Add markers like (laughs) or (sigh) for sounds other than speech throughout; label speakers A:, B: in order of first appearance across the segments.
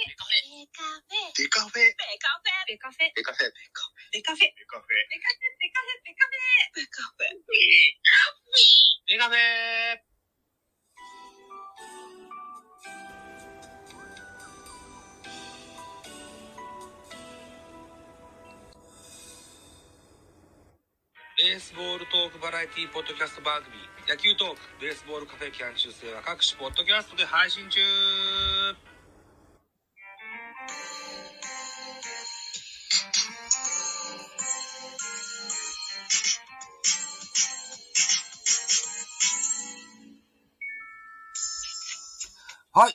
A: ベカフェ。
B: デカフェ。
A: ベカフェ。
C: ベカフェ、
B: デカフェ。
C: ベカ
B: デカフ
C: フェ、ベカフェ、ベカフ
A: ベカフェ。
C: ェ、ベカフェ。
B: ェ。デカフェ。
D: ベースボールトークバラエティポッドキャスト番組野球トークベースボールカフェキャン中世は各種ポッドキャストで配信中はい。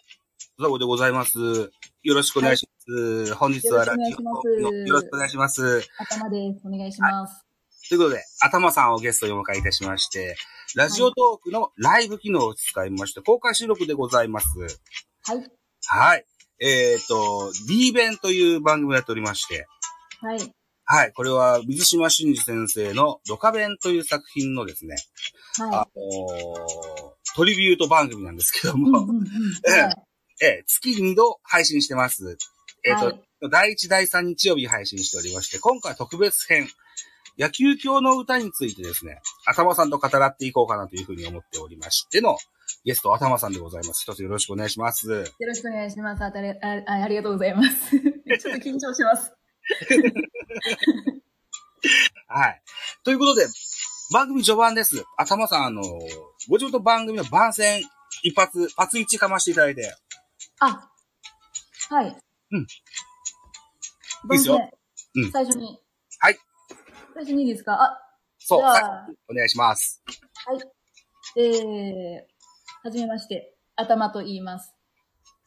D: ザボでございます。よろしくお願いします。本日はラジオトークのよろ
E: よろ
D: し
E: し
D: く
E: く
D: お
E: お
D: 願いします。
E: 頭です。お願いします。
D: ということで、頭さんをゲストにお迎えいたしまして、ラジオトークのライブ機能を使いまして、公開収録でございます。
E: はい。
D: はい。えっ、と、D 弁という番組をやっておりまして、
E: はい。
D: はい。これは、水島真嗣先生のドカ弁という作品のですね、あ
E: は
D: のートリビュート番組なんですけど
E: い。うん
D: も、
E: うんうん
D: え
E: はい
D: えー月2度配信してます。えっ、と、
E: はい
D: 第1、第3日曜日配信しておりまして、今回は特別編、野球教の歌についてですね、頭さんと語らっていこうかなというふうに思っておりましての、ゲスト頭さんでございます。一つよろしくお願いします。
E: よろしくお願いします。あたりああありがとうございます。 (laughs) ちょっと緊張します。
D: はい。ということで、番組序盤です。頭さん、あの、ご自分の番組の番宣、一発、パツ一かましていただいて。い
E: あ、はい。
D: うん。い
E: ど
D: で
E: う
D: す
E: せ
D: よ。うん
E: 最初に。
D: はい。
E: 最初にいいですかあ、
D: そう。
E: じゃ
D: さ
E: あ、
D: お願いします。
E: えー、はじめまして。頭と言います。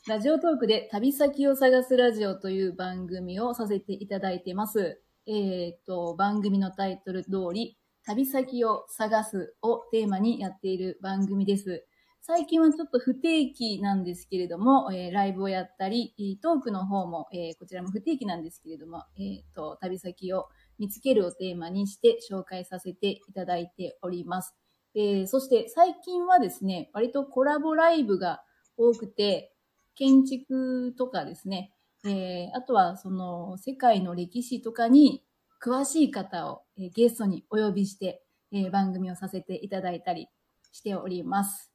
E: ラジオトークで旅先を探すラジオという番組をさせていただいてます。えー、と、番組のタイトル通り、旅先を探すをテーマにやっている番組です。最近はちょっと不定期なんですけれども、えーライブをやったり、えートークの方も、えーこちらも不定期なんですけれども、えー、と、旅先を見つけるをテーマにして紹介させていただいております。えーそして最近はですね、割とコラボライブが多くて、建築とかですね、えーあとはその世界の歴史とかに詳しい方を、えーゲストにお呼びして、えー番組をさせていただいたりしております。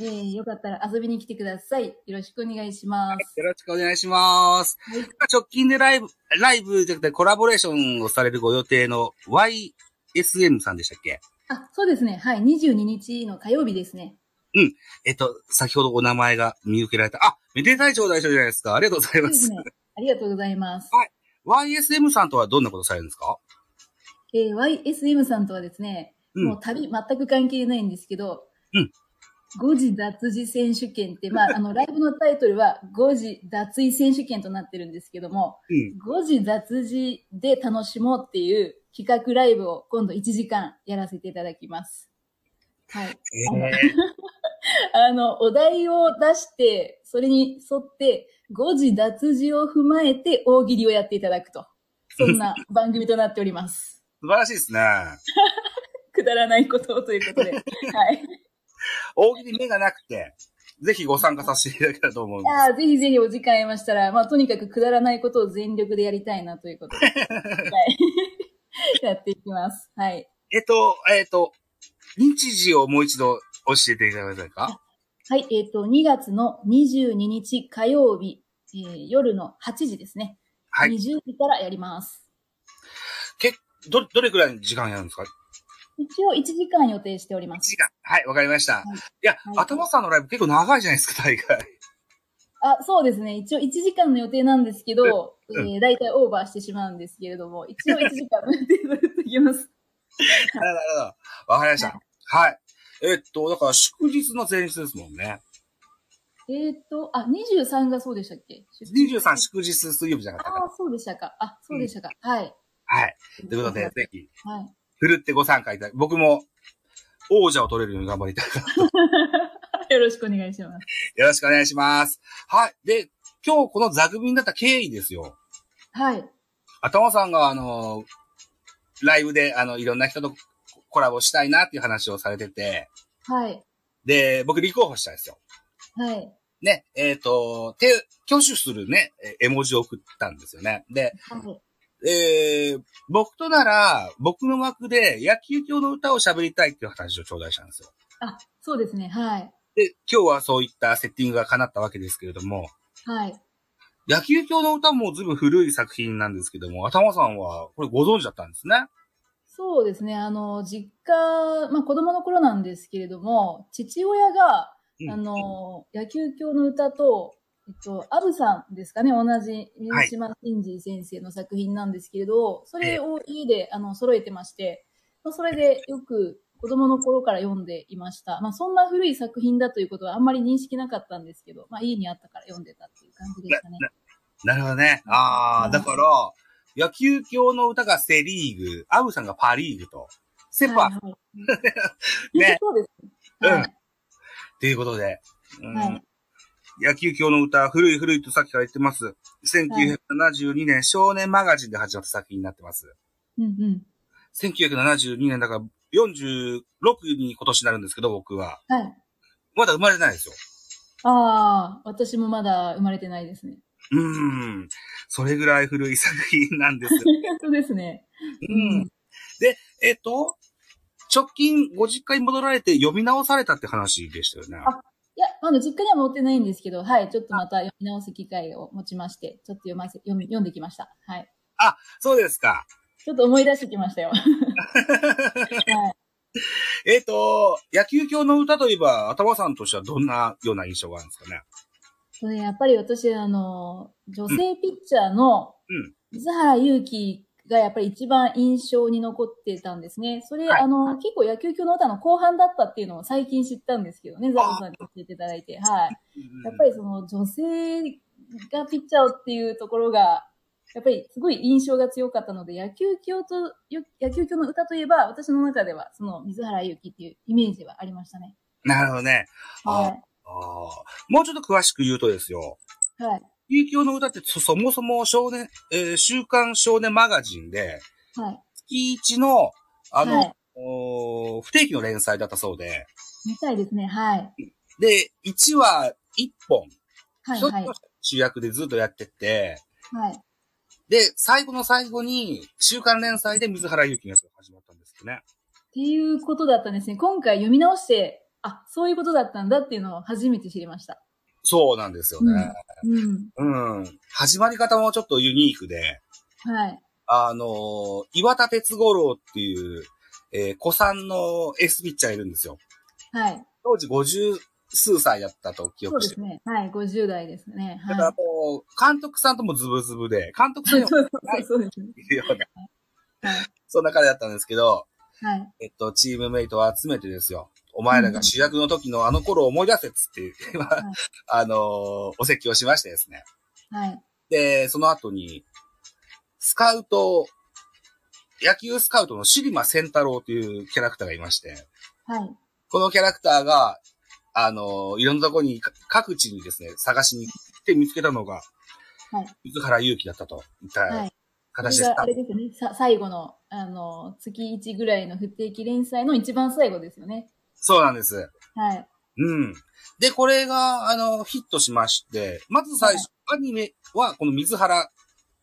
E: えーよかったら遊びに来てください。よろしくお願いします。
D: よろしくお願いします。
E: はい
D: 直近でライブ、ライブじゃなくてコラボレーションをされるご予定の YSM さんでしたっけ
E: あ、そうですね。はい。22日の火曜日ですね。
D: えっと、先ほどお名前が見受けられた。あ、めでたい頂戴所じゃないですか。ありがとうござい
E: そう
D: ま
E: です
D: す。
E: ね。ありがとうございます。
D: YSM さんとはどんなことされるんですか
E: えー YSM さんとはですね、
D: うん
E: もう旅全く関係ないんですけど、
D: うん
E: 誤字脱字選手権って、まあ、あの、ライブのタイトルは、誤字脱衣選手権となってるんですけども、
D: うん
E: 誤字脱字で楽しもうっていう企画ライブを今度1時間やらせていただきます。
D: (laughs)
E: はい。あの、お題を出して、それに沿って、誤字脱字を踏まえて大喜利をやっていただくと。そんな番組となっております。
D: 素晴らしいですね。
E: くだらないことをということ (laughs) で。はい。
D: 大喜利目がなくて、ぜひご参加させていただけたらと思うんです
E: ああ、ぜひぜひお時間ありましたら、まあ、とにかくくだらないことを全力でやりたいなということ (laughs) で。はい。やっていきます。はい。
D: えっと、えっと、日時をもう一度教えていただけませんか
E: はい。えっ、と、2月の22日火曜日、えー夜の8時ですね。
D: はい
E: 20時からやります。
D: ど、どれくらいの時間やるんですか
E: 一応1時間予定しております。
D: 時間。はい、わかりました。
E: い
D: いや、
E: はい
D: 頭さんのライブ結構長いじゃないですか、大会。
E: あ、そうですね。一応1時間の予定なんですけど、
D: う
E: えー、だいたいオーバーしてしまうんですけれども、一応1時間の予定でやっていき (laughs) ます。
D: なるほどなるほど。わかりました。はい。えっと、だから祝日の前日ですもんね。
E: えっ、と、あ、23がそうでしたっけ
D: 23祝日水曜日じゃなかったか
E: ああ、そうでしたか。あ、そうでしたか。はい。
D: な。はい。ということで、ぜひ、
E: はい。
D: ふるってご参加いただき、僕も王者を取れるように頑張りたい (laughs) から。
E: よろしくお願いします。
D: よろしくお願いします。はい。で、今日この座組になった経緯ですよ。
E: はい。
D: 頭さんが、あのライブで、あの、いろんな人とコラボしたいなっていう話をされてて、
E: はい。
D: で、僕立候補したんですよ。
E: はい。
D: ね、えっ、と、手、挙手するね、え絵文字を送ったんですよね。で、
E: はい。
D: えー僕となら、僕の枠で野球教の歌を喋りたいっていう話を頂戴したんですよ。
E: あ、そうですね。はい。
D: で、今日はそういったセッティングが叶ったわけですけれども、
E: はい。
D: 野球教の歌もずいぶん古い作品なんですけども、頭さんはこれご存知だったんですね。
E: そうですね。あの、実家、まあ子供の頃なんですけれども、父親が、
D: うん
E: あの、野球教の歌と、えっと、アブさんですかね、同じ水島真司先生の作品なんですけれど、それを家で、あの、揃えてまして、まあそれでよく子供の頃から読んでいました。まあ、そんな古い作品だということはあんまり認識なかったんですけど、まあ、家にあったから読んでたっていう感じでしたね。
D: なるほどね。ああ、
E: うん
D: だから、野球教の歌がセリーグ、アブさんがパリーグと、セパ、
E: はいは
D: (laughs)
E: い
D: ね
E: そうです。
D: うん
E: はい
D: っていうことで、うん
E: はい
D: 野球教の歌、古い古いとさっきから言ってます。1972年、少年マガジンで始まった作品になってます。
E: うんうん。
D: 1972年だから、46に今年になるんですけど、僕は。
E: はい。
D: まだ生まれてないですよ。
E: ああ、私もまだ生まれてないですね。 (laughs)
D: うーん。それぐらい古い作品なん
E: (laughs)
D: です。
E: そうですね。
D: うん。で、えっと、直近ご実家に戻られて読み直されたって話でしたよね。
E: あいや、あの、実家には持ってないんですけど、はい、ちょっとまた読み直す機会を持ちまして、ちょっと読ませ、読み、読んできました。はい。
D: そうですか。
E: ちょっと思い出してき
D: (laughs)
E: ましたよ。はい。
D: えっ、と、野球教の歌といえば、頭さんとしてはどんなような印象があるんですかね。
E: それやっぱり私、あの、女性ピッチャーの
D: うん、
E: 水原祐希がやっぱり一番印象に残ってたんですね。それ、
D: はい
E: あの、結構野球教の歌の後半だったっていうのを最近知ったんですけどね、ザボさんに教えていただいて、はい。やっぱりその女性がピッチャーっていうところが、やっぱりすごい印象が強かったので、野球教と、よ野球教の歌といえば、私の中では、その水原ゆきっていうイメージはありましたね。
D: なるほどね。あ
E: は
D: あもうちょっと詳しく言うとですよ。
E: い。はい。
D: 野球教の歌ってそそもそも少年、えー週刊少年マガジンで、
E: はい。
D: 月一の、あの、
E: はい
D: おー不定期の連載だったそうで、
E: みたいですね。はい。
D: で、1話1本、
E: はい。
D: 一つ
E: はい。
D: の主役でずっとやってって、
E: はい。
D: で、最後の最後に、週刊連載で水原ゆきのやつが始まったんですよね。
E: っていうことだったんですね。今回読み直して、あ、そういうことだったんだっていうのを初めて知りました。
D: そうなんですよね。
E: うん。
D: うん。始まり方もちょっとユニークで、
E: はい。
D: あのー岩田哲五郎っていう、えー、子さんのエースピッチャーいるんですよ。
E: はい。
D: 当時50数歳だったと記
E: そう
D: 憶
E: で
D: して
E: す
D: る。
E: ね。はい。50代ですね。
D: だから
E: は
D: もう、監督さんともズブズブで、監督
E: い。
D: さ
E: (laughs) そ
D: ん
E: う
D: にも
E: そうそうそうですね。
D: いるような、
E: はい。
D: そんな彼だったんですけど、
E: はい。
D: えっと、チームメイトを集めてですよ。お前らが主役の時のあの頃を思い出せっつって、今、
E: い
D: (laughs) あのーお説教しましてですね。
E: はい。
D: で、その後に、スカウト、野球スカウトのシリマセンタロウというキャラクターがいまして、
E: はい。
D: このキャラクターが、あのーいろんなとこに、か各地にですね、探しに行って見つけたのが、
E: はい
D: 水原祐希だったといっ
E: は
D: た
E: い
D: 形
E: そ
D: で
E: れ
D: す
E: があれですよね。さ最後の、あの、月1ぐらいの不定期連載の一番最後ですよね。
D: そうなんです。
E: はい。
D: うん。で、これが、あの、ヒットしまして、まず最初、アニメは、この水原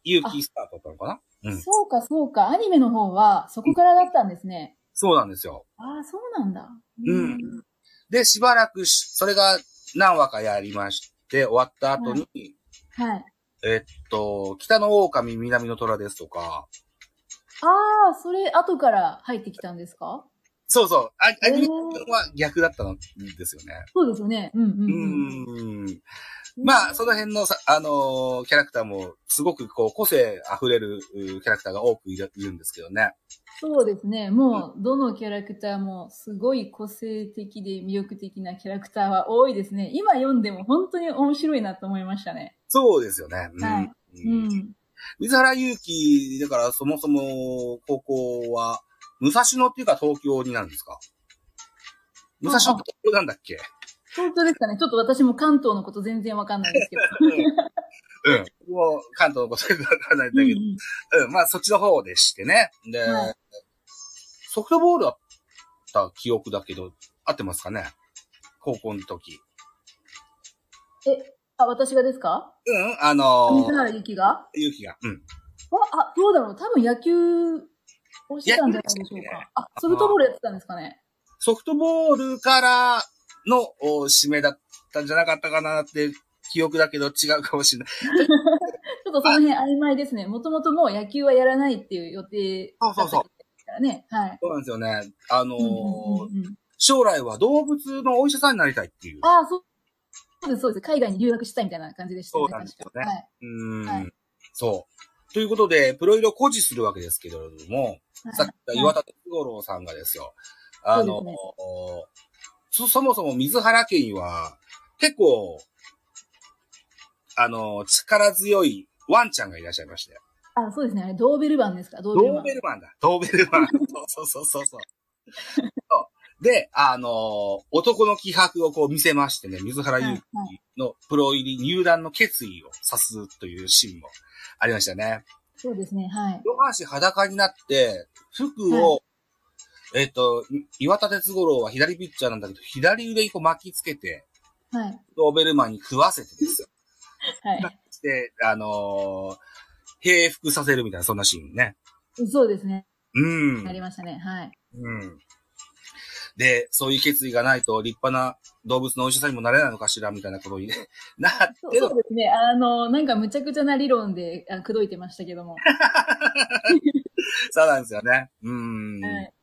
D: ゆうきスタートだったのかなうん
E: そうか、そうか。アニメの方は、そこからだったんですね。
D: そうなんですよ。
E: ああ、そうなんだ。
D: うん。で、しばらくし、それが何話かやりまして、終わった後に、
E: はい。
D: えっと、北の狼、南の虎ですとか、
E: ああ、それ、後から入ってきたんですか
D: そうそう、あア
E: えー
D: ニメは逆だったんですよね。
E: そうですよね。うんうん
D: う
E: うん。
D: ん。まあ、その辺のさ、あのーキャラクターも、すごくこう、個性溢れるうーキャラクターが多くいるいるんですけどね。
E: そうですね。もう、どのキャラクターも、すごい個性的で魅力的なキャラクターは多いですね。今読んでも本当に面白いなと思いましたね。
D: そうですよね。うん
E: はいうん。
D: 水原祐希、だからそもそも高校は、武蔵野っていうか東京になるんですか武蔵野って東京なんだっけ
E: 本当ですかね。ちょっと私も関東のこと全然わかんないで
D: (laughs)
E: すけど。
D: うん。もう関東のことよくわからないんだけど、うん、まあそっちの方でしてね。で、
E: はい
D: ソフトボールだった記憶だけど、合ってますかね高校の時。
E: あ、私がですか
D: うん、あの
E: 水
D: ー、
E: 原ゆきが
D: ゆうきが。うん。
E: あ、あどうだろう多分野球をしてたんじゃないでしょう
D: 野球でしたね
E: か。あ、ソフトボールやってたんですかね。
D: ソフトボールからのお指名だったんじゃなかったかなって記憶だけど違うかもしれない。
E: ちょっとその辺曖昧ですね。もともともう野球はやらないっていう予定だった
D: そうそうそう
E: ですからね。はい。
D: そうなんですよね。あのー
E: うんうんうんうん
D: 将来は動物のお医者さんになりたいっていう。
E: ああ、そうそうです、そうです。海外に留学したいみたいな感じでしたよね。
D: そうなんですよね
E: 確かはい。
D: うーん、
E: はい
D: そう。ということで、プロイドを誇示するわけですけれども、
E: はい
D: さっき言った岩田哲五郎さんがですよ、あの
E: そうですね
D: そ、そもそも水原家には、結構、あの、力強いワンちゃんがいらっしゃいまして。
E: あ、そうですね。あれドーベルマンですかドーベル
D: ド
E: マ
D: ー
E: ン。
D: ベルマンだ。ドーベルマン。そうそうそうそう
E: (laughs)
D: そう。そうで、あの男の気迫をこう見せましてね、水原
E: はい
D: 優
E: はい
D: のプロ入り入団の決意を指すというシーンもありましたね。
E: そうですね。はい。
D: 両半身裸になって、服を、えっ、と、岩田哲五郎は左ピッチャーなんだけど、左腕にこう巻きつけて、
E: はい。
D: ドーベルマンに食わせてですよ。
E: は
D: で、あのー平服させるみたいな、そんなシーンね。
E: い。そうですね。
D: うん。
E: ありましたね。はい。
D: うん。で、そういう決意がないと立派な動物のお医者さんにもなれないのかしらみたいなことにな
E: そ
D: っ
E: う
D: て
E: そ
D: の
E: うですね。あの、なんかむちゃくちゃな理論で、あ、口説いてましたけども。
D: そうなんですよね。うん。
E: はい。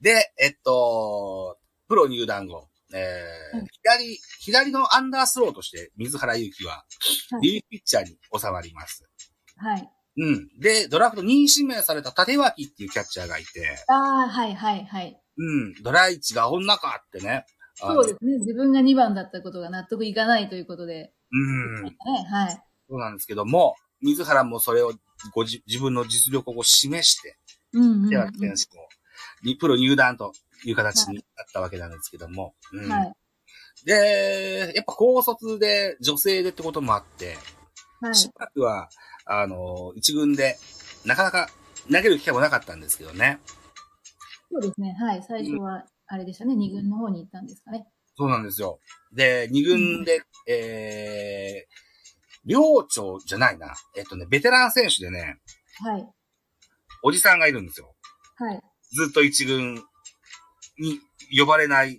D: で、えっと、プロ入団後、えー
E: うん
D: 左、左のアンダースローとして水原祐希は
E: は、い
D: リリーフピッチャーに収まります。
E: はい。
D: うん。で、ドラフト2位指名された立脇っていうキャッチャーがいて、
E: ああ、はい、はい、はい。
D: うん。ドライチが女かってね。あの
E: そうですね。自分が2番だったことが納得いかないということで。
D: うん。
E: ね、はい。
D: そうなんですけども、水原もそれをごじ自分の実力をこう示して、
E: うんうん、うん。
D: 手は
E: は
D: 選手も、にプロ入団という形になったわけなんですけども。うん
E: い。
D: で、やっぱ高卒で女性でってこともあって、
E: はい。
D: しばらくは、あの、一軍で、なかなか投げる機会もなかったんですけどね。
E: そうですね。はい。最初は、あれでしたね。二軍の方に行ったんですかね。
D: そうなんですよ。で、二軍で、えー、寮長じゃないな。えっとね、ベテラン選手でね、
E: はい。
D: おじさんがいるんですよ。
E: はい。
D: ずっと一軍に呼ばれない、
E: うん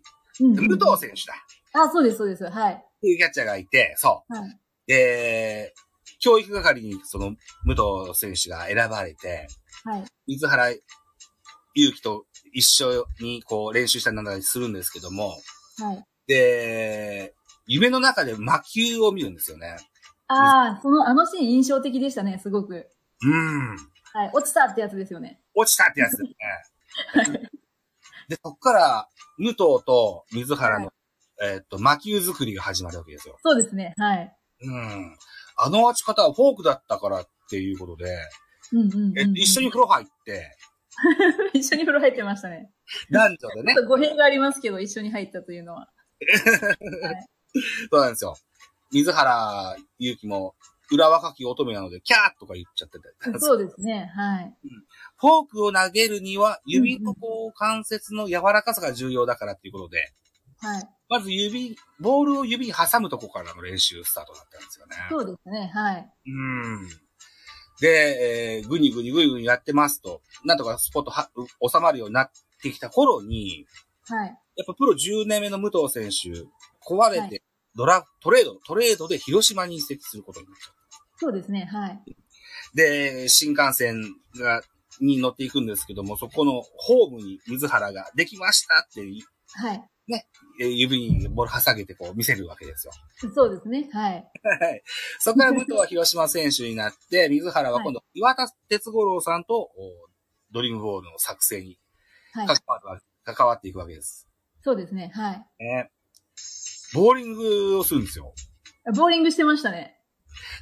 D: 武藤選手だ。
E: あ、そうです、そうです。はい。
D: っていうキャッチャーがいて、そ
E: はい。
D: う。で、教育係にその武藤選手が選ばれて、
E: はい。
D: 水原祐希と一緒にこう練習したりなんだりするんですけども、
E: はい。
D: で、夢の中で魔球を見るんですよね。
E: ああ、その、あのシーン印象的でしたね、すごく。
D: うん。
E: はい。落ちたってやつですよね。
D: 落ちたってやつですね。
E: (laughs)
D: で、そこから武藤と水原の、えーっと、魔球作りが始まるわけですよ。
E: そうですね。はい。
D: うん。あの落ち方はフォークだったからっていうことで、
E: うんうんうん、
D: え一緒に
E: に。
D: 風呂入って、
E: (laughs) 一緒に風呂入ってましたね。
D: 男女でね
E: ちょ、っと語弊がありますけど、一緒に入ったとい
D: (laughs)
E: うのは。
D: そうなんですよ。水原ゆうきも、裏若き乙女なので、キャーとか言っちゃってて。
E: そうですね。はい。
D: フォークを投げるには、指のこう、関節の柔らかさが重要だからっていうことで、
E: はい。
D: まず指、ボールを指に挟むとこからの練習スタートだったんですよね。
E: そうですね。はい。
D: うん。で、えー、ぐにぐにぐにぐにやってますと、なんとかスポットは、収まるようになってきた頃に、
E: はい。
D: やっぱプロ10年目の武藤選手、壊れて、
E: はい
D: ドラ、トレード、トレードで広島に移籍することになっちゃった。
E: そうですね。はい。
D: で、新幹線が、に乗っていくんですけども、そこのホームに水原ができましたってい、
E: はい。
D: えー指にボール挟げてこう見せるわけですよ。
E: そうですね。はい。
D: はい。そこから武藤は広島選手になって、水原は今度岩田哲五郎さんと、おドリームボールの作成に
E: はい
D: 関。わるわ関わっていくわけです。
E: そうですね。はい。
D: ね。ボーリングをするんですよ。
E: ボーリングしてましたね。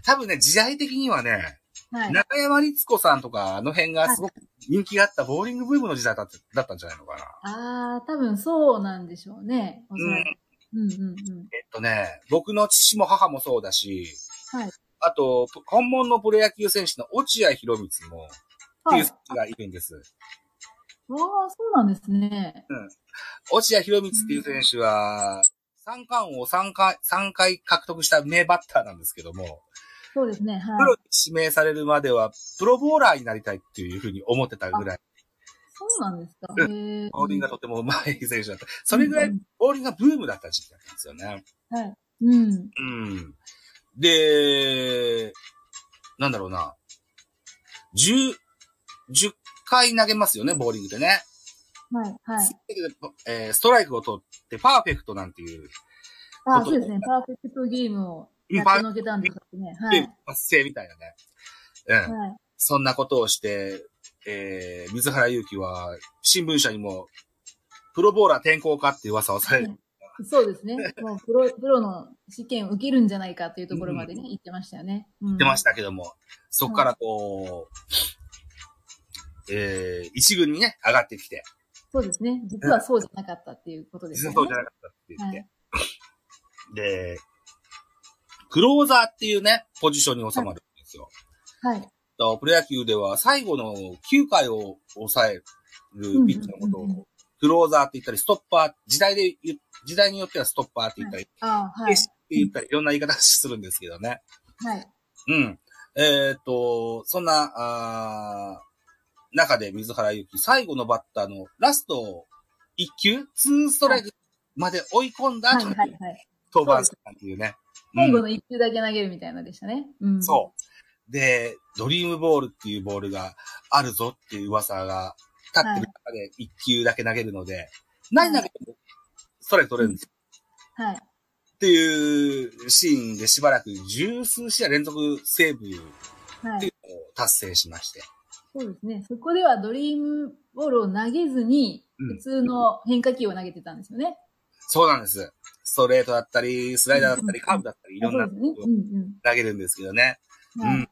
D: 多分ね、時代的にはね、
E: はい。
D: 中山律子さんとか、あの辺がすごく人気があったボーリングブームの時代だっただったんじゃないのかな。
E: ああ、多分そうなんでしょうね。おそらく。うんうんうん。
D: えっとね、僕の父も母もそうだし、
E: はい
D: あと、本物のプロ野球選手の落合博光も、って
E: は
D: いう
E: い。
D: 選手がいるんです。
E: わあ、そうなんですね。
D: 落合博光っていう選手は、三冠王を3回、三回獲得した名バッターなんですけども、
E: そうですね。は
D: プロ
E: い。
D: に指名されるまでは、プロボーラーになりたいっていうふうに思ってたぐらい、
E: そうなんですか。
D: う
E: へえ。
D: ボーリングがとても上手い選手だった。それぐらい、ボーリングがブームだった時期だったんですよね。
E: うん。
D: うん。で、なんだろうな。10、10回投げますよね、ボーリングってね。
E: はい、はい。
D: えーストライクを取ってパーフェクトなんていう、
E: あ、そうですね。パーフェクトゲームをやってのけたんですね。はい。
D: 達成みたいなね。うん。
E: はい。
D: そんなことをして、えー、水原祐希は、新聞社にも、プロボーラー転向かって噂をされる。
E: そうですね。もうプロ、プロの試験を受けるんじゃないかというところまでね、言ってましたよね。言っ
D: 出ましたけども、そこからこう、えー、一軍にね、上がってきて、
E: そうですね。実はそうじゃなかったっていうことです
D: 実
E: よ
D: はそうじ
E: ね。
D: ゃなかったって言っ
E: は
D: て、
E: い。
D: で、クローザーっていうね、ポジションに収まるんですよ。
E: はい。
D: だからプロ野球では最後の9回を抑えるピッチャーのこと
E: うんうんうんう
D: を、クローザーって言ったり、ストッパー、時代で言う、時代によってはストッパーって言ったり、
E: ああ、はい
D: っ。て言ったり、いろんな言い方するんですけどね。
E: はい。
D: うん。えっ、と、そんな、あー中で水原ゆき、最後のバッターのラスト1球、2ストライクまで追い込んだ
E: はい、
D: 後
E: は
D: に
E: い、はい。
D: 登板したっていうね。
E: 最後
D: うん
E: の一球だけ投げるみたいなのでしたね。うん。
D: そう。で、ドリームボールっていうボールがあるぞっていう噂が立ってる中で1球だけ投げるので、何投げてもストライク取れるんですよ
E: う。はい。
D: っていうシーンでしばらく十数試合連続セーブ
E: は
D: って
E: い
D: い。うのを達成しまして。
E: そうですね。そこではドリームボールを投げずに、
D: うん
E: 普通の変化球を投げてたんですよね。
D: そうなんです。ストレートだったり、スライダーだったり、カーブだったり、いろんな
E: あ
D: こ
E: そ
D: と
E: うですね。
D: を投げるんですけどね。
E: う
D: う
E: ん、うん。はい。
D: ん。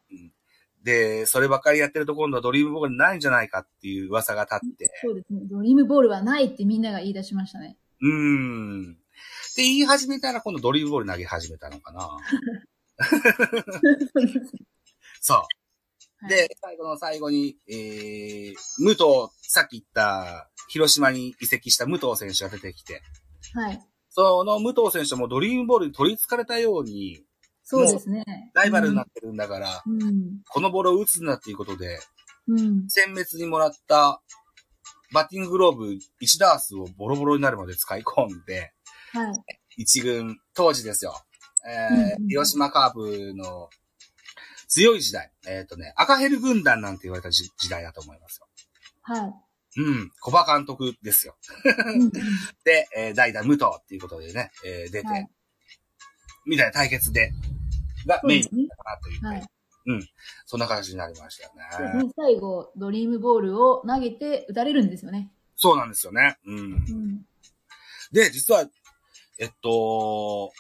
D: で、そればっかりやってると今度はドリームボールにないんじゃないかっていう噂が立って。
E: そうですね。ドリームボールはないってみんなが言い出しましたね。
D: うん。で、言い始めたら今度ドリームボール投げ始めたのか
E: (laughs)
D: な。そ
E: は
D: う。
E: い、
D: で、最後の最後に、えー、武藤、さっき言った、広島に移籍した武藤選手が出てきて、
E: はい。
D: その武藤選手もドリームボールに取り憑かれたように、
E: そうですね。
D: ライバルになってるんだから、
E: うん。
D: このボールを打つんだっていうことで、
E: うん。
D: 殲滅にもらったバッティンググローブ1ダースをボロボロになるまで使い込んで、
E: はい。
D: 1軍、当時ですよ。
E: うん
D: え
E: う
D: ー
E: ん、
D: 広島カープの強い時代。えっ、とね、赤ヘル軍団なんて言われた時時代だと思いますよ。
E: はい。
D: うん、小場監督ですよ。
E: うん
D: で、えー代打武藤っていうことでね、えー出て、
E: はい
D: みたいな対決で、が
E: そう
D: メイ
E: で
D: ン
E: すね
D: だったなというね、
E: はい。
D: そんな感じになりましたよ
E: そう
D: ね。
E: ですね。最後、ドリームボールを投げて打たれるんですよね。
D: そうなんですよね。うん
E: うん。
D: で、実は、えっと、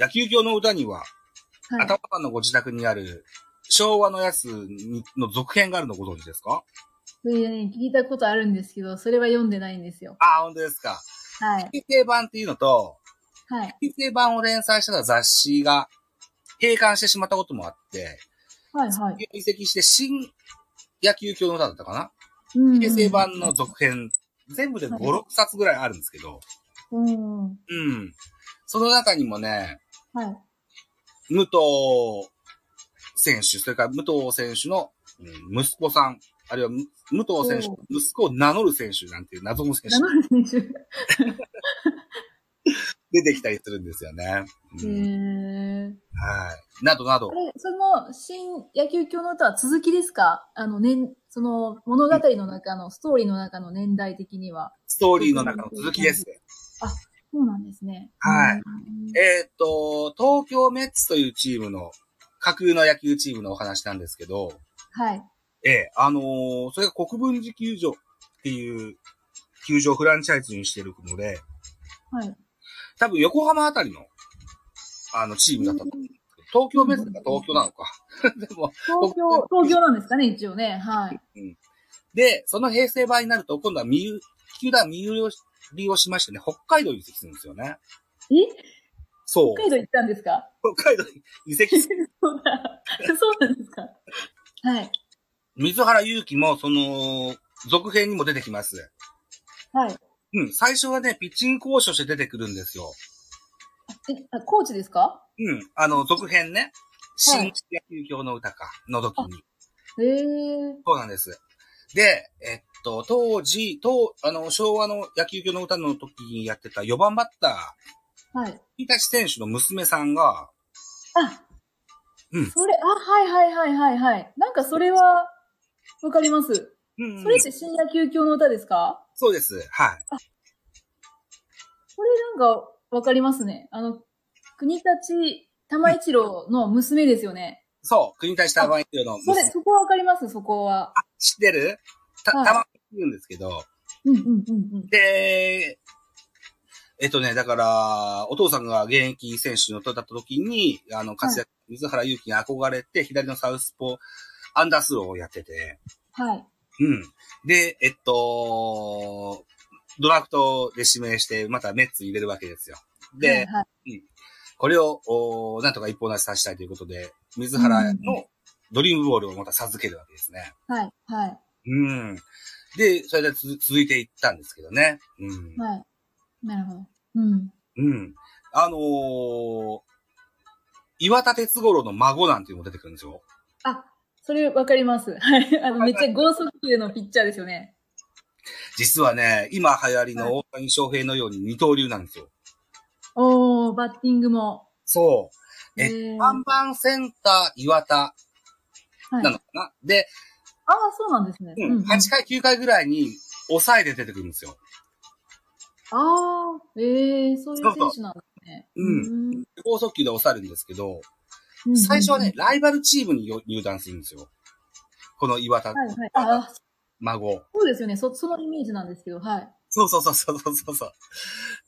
D: 野球教の歌には、
E: はい。
D: 頭さんのご自宅にある、昭和のやつにの続編があるのご存知ですか
E: それでね、聞いたことあるんですけど、それは読んでないんですよ。
D: ああ、本当ですか。
E: はい。
D: 平成版っていうのと、
E: はい。
D: 平成版を連載してた雑誌が、閉刊してしまったこともあって、
E: はい、はい。
D: 移籍して新野球教の歌だったかな
E: うん
D: 平成版の続編、全部で5、6冊ぐらいあるんですけど、
E: うん。は
D: うん。その中にもね、
E: い。
D: 武藤選手、それから武藤選手のうん息子さん、あるいはむ武藤選手の息子を名乗る選手なんていう謎の選手
E: 名前選手。
D: 出てきたりするんですよね。う
E: へ
D: ん
E: ー
D: はい。などなど
E: あ。れ、その、新野球教の歌は続きですかあの、年、その、物語の中の、ストーリーの中の年代的には。
D: ストーリーの中の続きです。
E: そうなんですね。
D: はい
E: うん。
D: えーっと、東京メッツというチームの、架空の野球チームのお話なんですけど、
E: はい。
D: ええあのーそれが国分寺球場っていう球場をフランチャイズにしてるので、
E: はい。
D: 多分横浜あたりの、あの、チームだったと思う。東京ベースが東京なのか。 (laughs) でも、
E: 東京、東京なんですかね、一応ね。はい。
D: で、その平成版になると、今度はみゆ、球団身売りをしましてね、北海道に移籍するんですよね。
E: え
D: そう
E: 北。海道行ったんですか (laughs)
D: 北海道に移籍する。 (laughs)
E: そうだ。そうなんですかはい。
D: 水原祐希も、その、続編にも出てきます。
E: はい。
D: うん、最初はね、ピッチング講師として出てくるんですよ。
E: え、あコーチですか
D: うん、あの、続編ね。新野球教の歌か、の時に。
E: へえ。
D: そうなんです。で、えっと、当時、当、あの、昭和の野球教の歌の時にやってた4番バッター、
E: はい。
D: 三橋選手の娘さんが、
E: あ、
D: うん
E: それ、あ、はいはいはいはいはい。なんかそれは、わかります。
D: うん
E: それって新野球教の歌ですか
D: そうです。はい。
E: これなんかわかりますね。あの、国立玉一郎の娘ですよね。
D: そう、国立タワーインの
E: それ、
D: 娘、
E: そこはわかります、そこは。
D: 知ってるた、た
E: は
D: ま
E: い
D: に言うんですけど、
E: うんうんうんうん。
D: で、えっとね、だから、お父さんが現役選手のとだった時に、あの、活躍、水原祐希に憧れて、左のサウスポー、アンダースローをやってて、
E: はい。
D: うん。で、えっと、ドラフトで指名して、またメッツに入れるわけですよ。で、
E: はいはい、
D: これを、おーなんとか一本なしさせたいということで、水原のドリームボールをまた授けるわけですね。
E: はい、はい、
D: うん。で、それでつ続いていったんですけどね。うん。
E: はい。なるほど。うん。
D: うん。あのー、岩田哲五郎の孫なんていうのも出てくるんですよ。
E: あ、それわかります。はい。あの、めっちゃ剛速球のピッチャーですよね。
D: 実はね、今流行りの大谷翔平のように二刀流なんですよ。
E: おー、バッティングも。
D: そえ
E: へ
D: う。
E: ー
D: 看板センター岩田
E: はい
D: なのかな、で、
E: ああ、そうなんですね。
D: うん8回、9回ぐらいに抑えで出てくるんですよ。
E: ああ、ええそういう
D: そう
E: 選
D: そう
E: 手なんですね。
D: うん
E: ん
D: 高速球で抑えるんですけど、最初はね、、ライバルチームによ入団するんですよ。この岩田
E: うんうんはいはい。あ
D: 孫。
E: そうですよね。そ、そのイメージなんですけど、はい。
D: そうそうそうそうそうそう。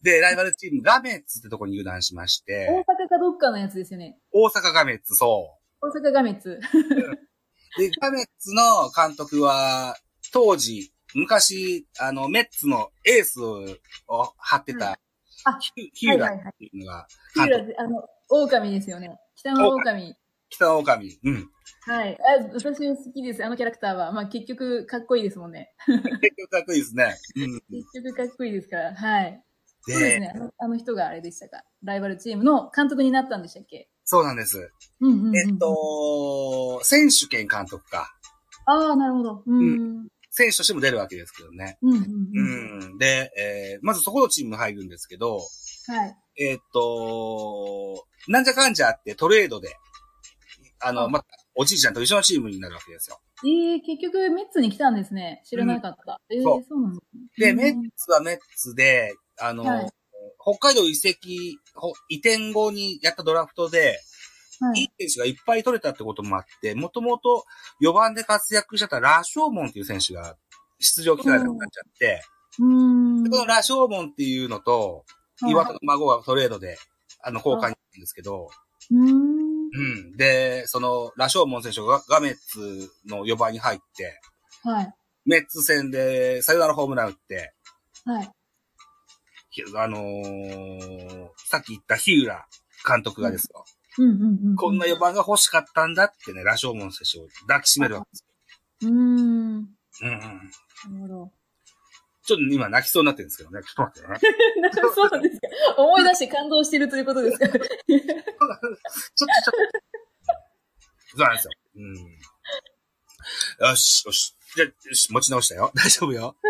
D: で、ライバルチーム、ガメッツってとこに入団しまし
E: 大
D: て
E: 阪、かどっかのやつですよね。
D: 大阪ガメッツ、そう。
E: 大阪ガメ
D: (laughs)
E: ッツ。
D: で、ガメッツの監督は、当時、昔、あの、メッツのエースを張って
E: は
D: た、
E: あ
D: ヒュヒューラ
E: はい
D: ー
E: はいはい
D: っていうのが、
E: ヒュー
D: 監
E: ラ
D: 督
E: ーズあの、狼ですよね。北の狼。
D: 北の狼。
E: (laughs)
D: うん。
E: はい。あ私好きです。あのキャラクターは。まあ結局、かっこいいですもんね。
D: 結局かっこいいですね。うん。
E: 結局、かっこいいですから。はい。そうで
D: で、
E: すね。あのあの人があれでしたか。ライバルチームの監督になったんでしたっけ
D: そうなんです。
E: うんうんうんうん。
D: えっ。と、選手兼監督か。
E: ああ、なるほど。うん。うん
D: 選手としても出るわけですけどね。
E: うん
D: う
E: うん。
D: ん。で、えーまずそこのチームに入るんですけど、
E: はい。
D: えっと、なんじゃかんじゃあってトレードで、あの、また、おじいちゃんと一緒のチームになるわけですよ。
E: ええ結局、メッツに来たんですね。知らなかった。ええ
D: そう
E: そうなんですね。
D: で、
E: うん
D: メッツはメッツで、あの、
E: はい
D: 北海道移籍、ほ移転後にやったドラフトで、
E: は
D: い
E: いい。
D: い選手がいっぱい取れたってこともあって、もともと4番で活躍してたラ・ショーモンっていう選手が出場機会がなくなっちゃって、
E: うーん。
D: でこのラ・ショーモンっていうのと、岩田の孫がトレードで、あの、交換に行ったんですけど、
E: うーん。
D: うん。で、その、ラ・ショーモン選手がガメッツの4番に入って、
E: はい。
D: メッツ戦でサヨナラホームラン打って、
E: はい。
D: ひあのーさっき言った日浦監督がですよ、
E: うんうんうん。
D: こんな4番が欲しかったんだってね、ラショーモン選手を抱きしめるわけです
E: うーん。
D: よ。
E: な
D: うんうん。
E: るほど。 (laughs)
D: ちょっと今泣きそうになってるんですけどね、ちょっと待ってね。
E: そうなんですか。思い出して感動してるということですか。 (laughs)
D: ちょっとちょっと。そうなんですよ。うん。よし、よし。じゃ、よし、持ち直したよ。大丈夫よ。 (laughs)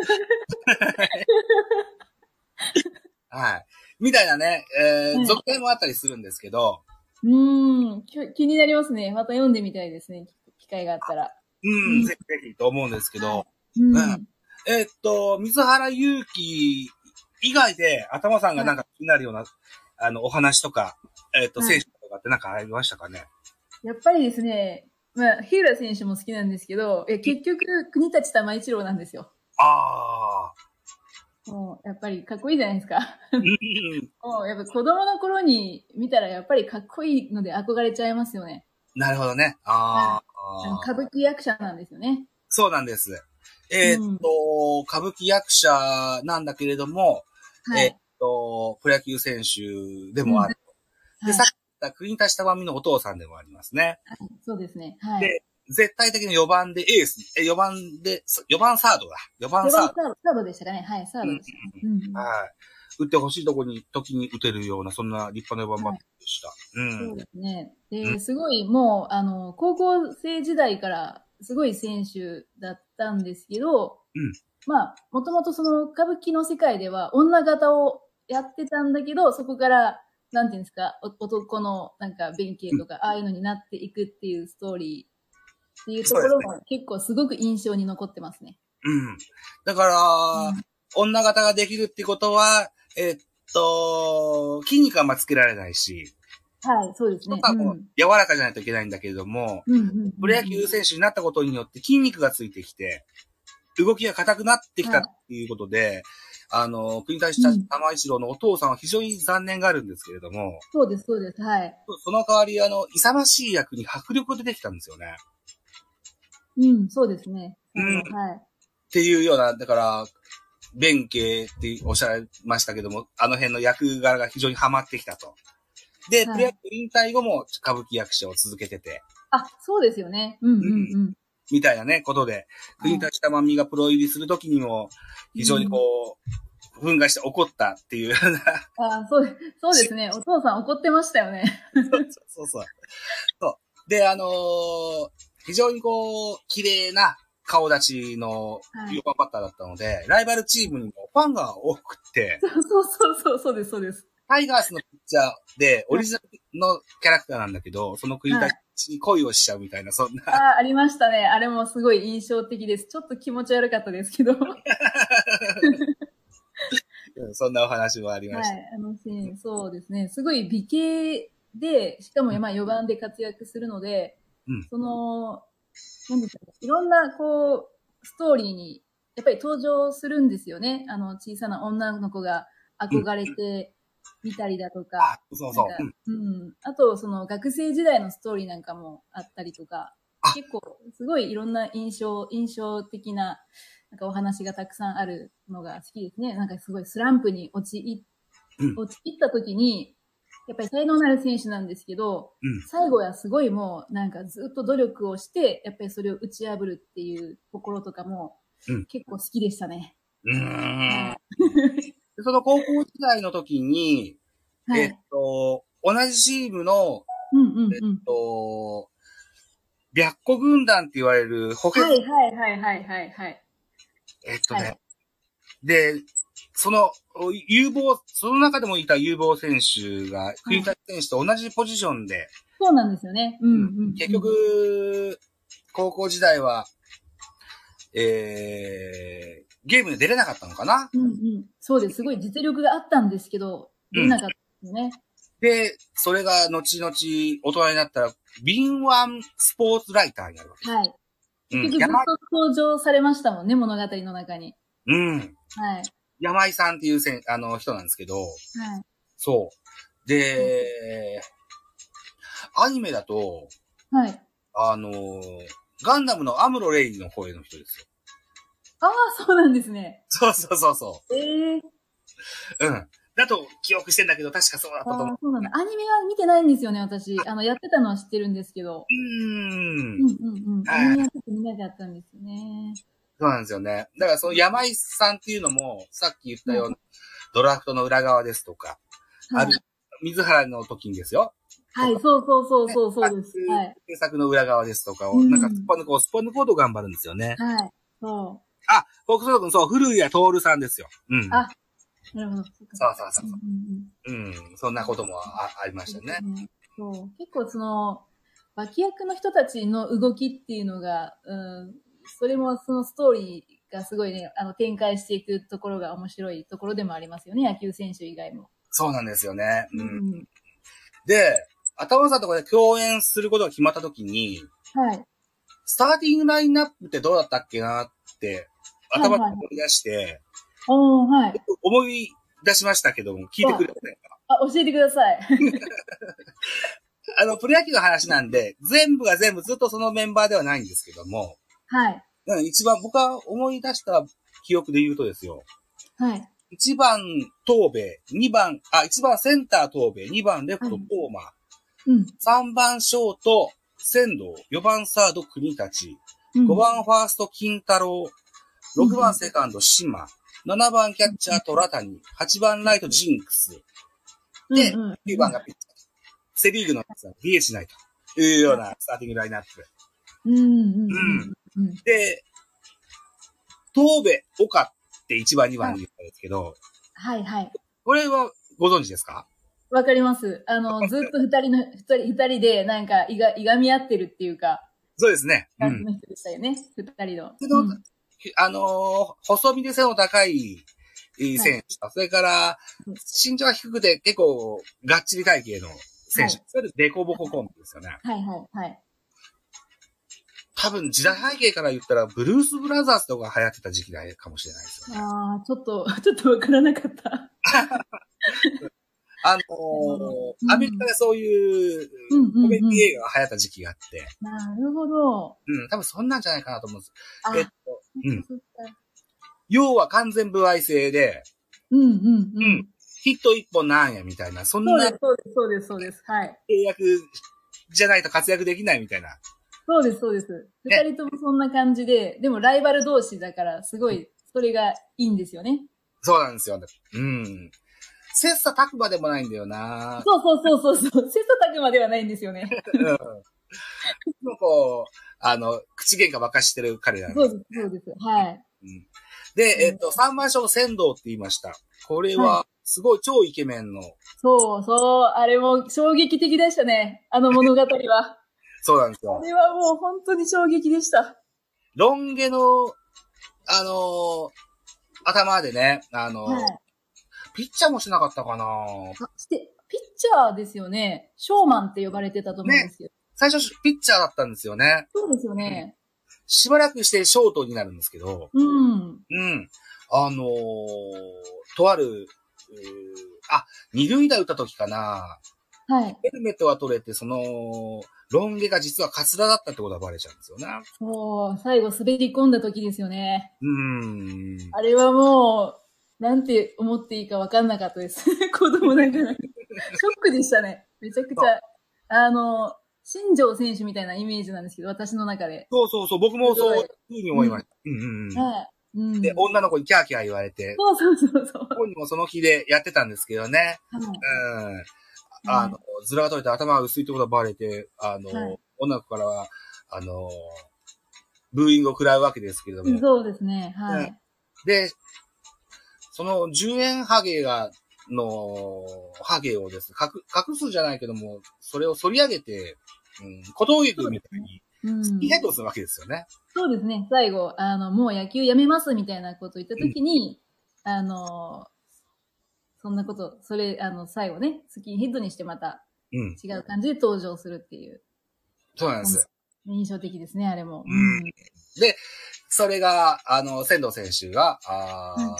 D: はい。みたいなね、え
E: う
D: ー、
E: ん
D: 続編もあったりするんですけど、
E: うーん。きょ気になりますね。また読んでみたいですね。機会があったら。
D: うん、
E: うん
D: ぜひぜひと思うんですけど、
E: うん。
D: うんえーっと、水原祐希以外で、頭さんがなんか気になるような、あの、お話とか、えーっと、
E: は
D: 選
E: い
D: 手とかってなんかありましたかね、
E: やっぱりですね、まあ、日浦選手も好きなんですけど、え結局、国立玉一郎なんですよ。
D: ああ。
E: もう、やっぱりかっこいいじゃないですか。
D: うん。
E: もうやっぱ子供の頃に見たらやっぱりかっこいいので憧れちゃいますよね。
D: なるほどね。あー
E: あの
D: あー。
E: 歌舞伎役者なんですよね。
D: そうなんです。えーっと、歌舞伎役者なんだけれども、
E: は
D: えーっ
E: い。
D: と、プロ野球選手でもある。
E: うん
D: で、
E: はい
D: さっき言った国田下ばみのお父さんでもありますね。
E: そうですね。はい。
D: で絶対的に4番でエース、え、4番で、4番サードだ。4番
E: 4番
D: サー
E: サ
D: ド
E: ー。ド、サードでしたかね。はい、サードでした。うんうん
D: はい。打ってほしいとこに、時に打てるような、そんな立派な4番バッターでした。。
E: そううんですね。
D: う
E: で、すごいもう、あの、高校生時代からすごい選手だったんですけど、
D: うん
E: まあ、もともとその歌舞伎の世界では女型をやってたんだけど、そこから、なんていうんですか、お男のなんか弁慶とか、ああいうのになっていくっていうストーリーっていうところも結構すごく印象に残ってますね。
D: うん。だから、
E: うん
D: 女型ができるってことは、えっと、筋肉はあんまつけられないし、
E: はい、そうです
D: と
E: ね。
D: か
E: うん
D: も柔らかじゃないといけないんだけれども、
E: うんうんうん
D: プロ野球選手になったことによって筋肉がついてきて、動きが硬くなってきたっていうことで、あの、国立
E: うん
D: 玉一郎のお父さんは非常に残念があるんですけれども、
E: そうです、そうです。はい。
D: その代わり、あの、勇ましい役に迫力が出てきたんですよね。
E: うん、そうですね。
D: うん
E: はい。
D: っていうような、だから、弁慶っておっしゃいましたけども、あの辺の役柄が非常にハマってきたと。で、
E: はい
D: プロ野球引退後も歌舞伎役者を続けてて、
E: あ、そうですよね。うんうんうん。
D: みたいなね、ことで、国立玉美がプロ入りするときにも、非常にこう、憤慨して怒ったっていうよ (laughs) うな、
E: あそう、そうですね。お父さん怒ってましたよね。
D: そうそう。そう。で、あのー非常にこう、綺麗な顔立ちの
E: はい
D: 4番バッターだったので、ライバルチームにもファンが多くて、
E: そうそうそう、そうです、そうです。
D: タイガースのピッチャーで、オリジナルのキャラクターなんだけど、その国立に恋をしちゃうみたいな、 (laughs) そんな、
E: ああ、りましたね。あれもすごい印象的です。ちょっと気持ち悪かったですけど。はい。
D: うんそんなお話もありました。
E: あのシーン、そうですね。すごい美形で、しかも今4番で活躍するので、
D: うん
E: その、なんですかね。いろんな、こう、ストーリーに、やっぱり登場するんですよね。あの、小さな女の子が憧れてみたりだとか。
D: あ、そうそう。うん
E: うん。あと、その学生時代のストーリーなんかもあったりとか
D: あ、
E: 結構、すごいいろんな印象、印象的な、なんかお話がたくさんあるのが好きですね。なんかすごいスランプに陥っ
D: うん
E: 陥った時に、やっぱり才能のある選手なんですけど、
D: うん
E: 最後はすごいもうなんかずっと努力をして、やっぱりそれを打ち破るっていうところとかも
D: うん、
E: 結構好きでしたね。
D: うーん。でその高校時代の時に、
E: は
D: えっ
E: い。
D: と、同じチームの、
E: うんうんうん
D: えっ。と、白虎軍団って言われる補欠、
E: はいはいはいはいはいはい。
D: えっとね、
E: はい
D: で、その、お有望、その中でもいた有望選手が、国立選手と同じポジションで、
E: そうなんですよね。うんうんうん。
D: 結局、高校時代は、えー、ゲームで出れなかったのかな
E: うんうん、そうです。すごい実力があったんですけど、
D: うん
E: 出なかったですね。
D: で、それが後々大人になったら、敏腕スポーツライターになるわ
E: はい。
D: け。う
E: 結
D: (laughs) ん。
E: 局ずっ
D: 山井、
E: と登場されましたもんね、物語の中に。
D: うん。
E: はい。
D: 山井さんっていうせん、あの人なんですけど、
E: はい。
D: そう。で、アニメだと、
E: はい。
D: あのーガンダムのアムロレイの声の人ですよ。
E: ああ、そうなんですね。
D: そうそうそうそ
E: ええ
D: う。うん。だと記憶してんだけど、確かそうだったと
E: あ
D: 思う。
E: あ、そうなんだ。アニメは見てないんですよね、私。あの、やってたのは知ってるんですけど。
D: う。
E: うんんうんうん。
D: はい
E: アニメはちょっと見なかったんですよね。
D: そうなんですよね。だからその山井さんっていうのも、さっき言ったような、ドラフトの裏側ですとか、あ
E: はい
D: る。、水原の時にですよ。
E: はい、そうそうそうそうそうです。
D: ね
E: はい。
D: 制作の裏側ですとかを、
E: うん
D: なんかスポンコード、スポンコード頑張るんですよね。
E: はい。そ
D: あ、僕そう君、そう、古谷徹さんですよ。うん。
E: あう。なるほど。そう
D: そうそうそううん
E: うんうん
D: うん。そんなこともあありましたね。
E: そう結構その脇役の人たちの動きっていうのが、うん、それもそのストーリーがすごいねあの展開していくところが面白いところでもありますよね野球選手以外も。
D: そうなんですよね。う。
E: うんん
D: で、頭さんとかで共演することが決まった時に、
E: はい、
D: スターティングラインナップってどうだったっけなって、頭で思い出して、
E: おーはい、
D: 思い出しましたけども、聞いてくれませんか
E: あ教えてください。
D: あの、プロ野球の話なんで、全部が全部ずっとそのメンバーではないんですけども、
E: はい、
D: うん一番僕が思い出した記憶で言うとですよ、
E: はい、
D: 1番東米、2番、あ、1番センター東米、2番レフト
E: うん
D: コーマー、
E: うん、
D: 3番ショート、仙道、4番サード、国立、
E: うん
D: 5番ファースト、金太郎、6番セカンド、島、7番キャッチャー、虎谷、8番ライト、ジンクス、で
E: うんうん
D: 9番がピッチャー。セリーグのやつは DH ないというようなスターティングラインナップ。
E: うんうんうんうん
D: で、東部、岡って1番、2番に言ったんですけど、
E: はいはい。
D: これはご存知ですか
E: わかります。あの、ずっと二人の、二人、二人で、なんか、いが、いがみ合ってるっていうか、
D: そうですね。う
E: 感じ
D: ん。
E: の人でしたよね。二、人の。
D: その
E: うん
D: あのー細身で背の高いえー選手と、それから
E: うん、
D: 身長が低くて結構、がっちり体型の選手。
E: はい
D: それでデコボココンビですよね。
E: はいはいはい。
D: 多分時代背景から言ったら、ブルース・ブラザーズとか流行ってた時期だかもしれないですよね。
E: ああ、ちょっと、 (laughs) ちょっとわからなかった。
D: あの
E: うん
D: ー、アメリカでそういう
E: うんうんうん
D: コメディ映画が流行った時期があって、
E: なるほど。
D: うん、多分そんなんじゃないかなと思うんです。
E: あ、
D: えっと、うん
E: そっか。
D: 要は完全不愛制で、
E: うんうんう
D: うんん。ヒット一本なんやみたいな、そん
E: そうで
D: な
E: す、そうです、そうです、そうです。はい。
D: 契約じゃないと活躍できないみたいな。
E: そうです、そうです。二
D: ね
E: 人ともそんな感じで、でもライバル同士だから、すごい、それがいいんですよね。
D: そうなんですよ。うん。切磋琢磨でもないんだよな
E: そうそうそうそうそう。切磋琢磨ではないんですよね。
D: うん。いつもこう、あの、口喧嘩ばっかしてる彼ら
E: そう
D: で
E: です、そうです。はい。
D: うん、で、えっと、三番賞仙道って言いました。これは、すごい超イケメンの、
E: そうそう。あれも衝撃的でしたね。あの物語は。
D: そうなんです
E: (laughs) あ
D: よ。
E: れはもう本当に衝撃でした。
D: ロン毛の、あのー頭でね、あのー
E: はい。
D: ピッチャーもしなかったかな
E: あして、ピッチャーですよね。ショーマンって呼ばれてたと思うんですよ。
D: 最初、ピッチャーだったんですよね。
E: そうですよね。
D: しばらくしてショートになるんですけど、
E: うん。
D: うん。あのーとある、うーあ、二塁打打った時かな
E: はい。
D: ヘルメットが取れて、その、ロン毛が実はカツラだったってことがバレちゃうんですよね。
E: そう、最後滑り込んだ時ですよね。
D: うーん。
E: あれはもう、なんて思っていいか分かんなかったです。 (laughs) 子供ながらに。ショックでしたね。めちゃくちゃ。あの、新庄選手みたいなイメージなんですけど、私の中で。
D: そうそうそう、僕もそういうふうに思いました。うんうんうん。
E: はい。うん。
D: で、女の子にキャーキャー言われて、
E: そうそうそうそう。
D: 本人もその気でやってたんですけどね。
E: はい
D: うん。あの、ずらが取れて頭が薄いってことがバレて、あの、
E: はい
D: 女の子からは、あの、ブーイングを食らうわけですけれども。
E: そうですね。はい。
D: で、その10円ハゲが、の、ハゲをですね、隠隠すじゃないけども、それを反り上げて、うん、小峠君みたいに、
E: うん、
D: スキンヘッドをするわけですよね。
E: そうですね。最後、あの、もう野球やめますみたいなことを言ったときに、あの、そんなこと、それ、あの、最後ね、スキンヘッドにしてまた
D: うん。
E: 違う感じで登場するっていう、
D: そうなんです。
E: 印象的ですね、あれも。
D: うんそれが、あの、仙道選手が、あー
E: うん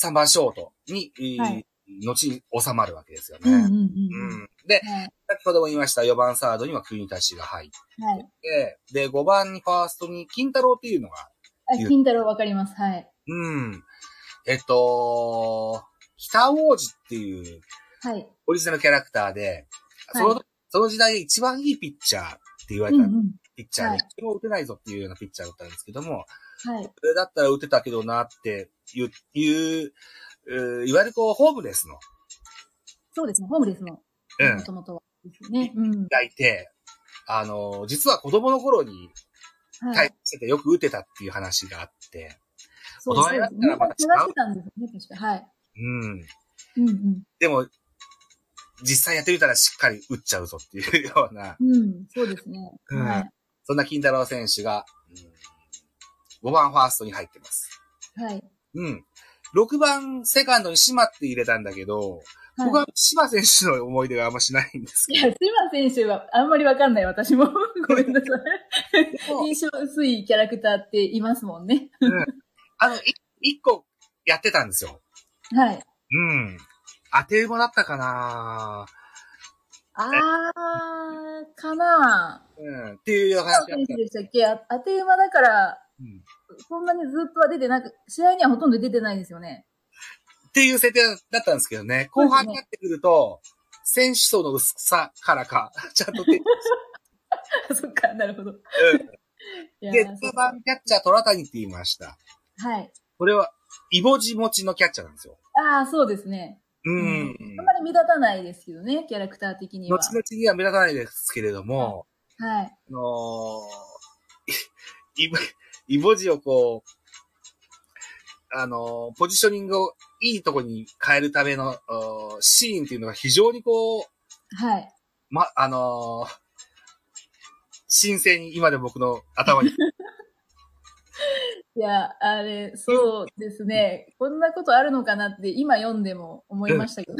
D: 3番ショートに、えー
E: はい
D: 後に収まるわけですよ
E: うん。うんうん
D: ね。
E: うんうん。
D: うんで、
E: はい。
D: 先ほども言いました、4番サードには国立が入っ
E: はい。
D: て、で、5番にファーストに金太郎っていうのが、
E: あ、金太郎わかります。はい。
D: うん。えっと、北王子っていう
E: はい。
D: オリジナルキャラクターで、そ
E: は
D: の、その時代で一番いいピッチャーって言わ
E: う
D: れ
E: んう
D: た
E: ん。
D: ピッチャー
E: は
D: で
E: い、
D: それも打てないぞっていうようなピッチャーだったんですけども、
E: はい。
D: それだったら打てたけどなっていう、いう、うーいわゆるこう、ホームレスの、
E: そうですね、ホームレスの。
D: うん
E: も、ともとは。ですよね。うん。
D: がいて、あの、実は子供の頃に
E: は
D: 対
E: い。
D: 戦しててよく打てたっていう話があって、
E: そう
D: 大
E: で
D: 人になったら
E: す
D: また違う
E: 探してたんですよね、確か。はい。
D: うん。
E: うんうん。
D: でも、実際やってみたらしっかり打っちゃうぞっていうような、
E: うん、そうですね。
D: うん
E: はい
D: そんな金太郎選手が、うん、5番ファーストに入ってます。
E: はい。
D: うん。6番セカンドに島って入れたんだけど、
E: はい
D: 僕は島選手の思い出があんましないんです
E: い
D: け
E: や、すいません、選手は、あんまりわかんない、私 (laughs) も。ごめんなさ
D: ど
E: い。、印象薄いキャラクターっていますもんね。
D: あの、い一個やってたんですよ。
E: はい。
D: うん。当て馬だったかな
E: あー、かな
D: うん。っていう話だっ
E: ぁ。
D: た。
E: 選手でしたっけあ当て馬だから、
D: うん
E: そんなにずっとは出てなく、試合にはほとんど出てないですよね。
D: っていう設定だったんですけどね、後 (laughs) 半になってくると、選手層の薄さからか、ちゃんと手
E: (laughs) そっか、なるほど。いやー
D: で、
E: そ
D: 2
E: っか
D: 番キャッチャー、虎谷って言いました。
E: はい。
D: これは、イボジ持ちのキャッチャーなんですよ。
E: ああ、そうですね。
D: う。
E: うんあんまり目立たないですけどね、キャラクター的には。
D: 後々には目立たないですけれども、
E: はい。
D: あの (laughs) ー、イボ、イボジをこう、あのーポジショニングをいいとこに変えるための、あーシーンっていうのが非常にこう、
E: はい。
D: ま、あのー、新鮮に今でも僕の頭に。
E: いや、あれ、そうですね。こんなことあるのかなって、今読んでも思いましたけど。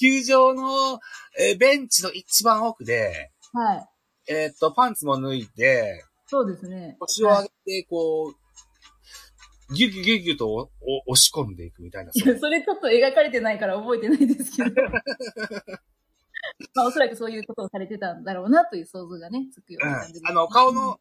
D: 球場の、えーベンチの一番奥で、
E: はい。
D: えーっと、パンツも脱いで、
E: (laughs) そうですね。
D: 腰を上げて、こう、ギュギュギュギュとおお押し込んでいくみたいな。
E: い
D: そう
E: や、それちょっと描かれてないから覚えてないですけど。
D: (laughs)
E: まあ、おそらくそういうことをされてたんだろうなという想像がね、つくよう
D: うん
E: な感じです
D: あの、顔の、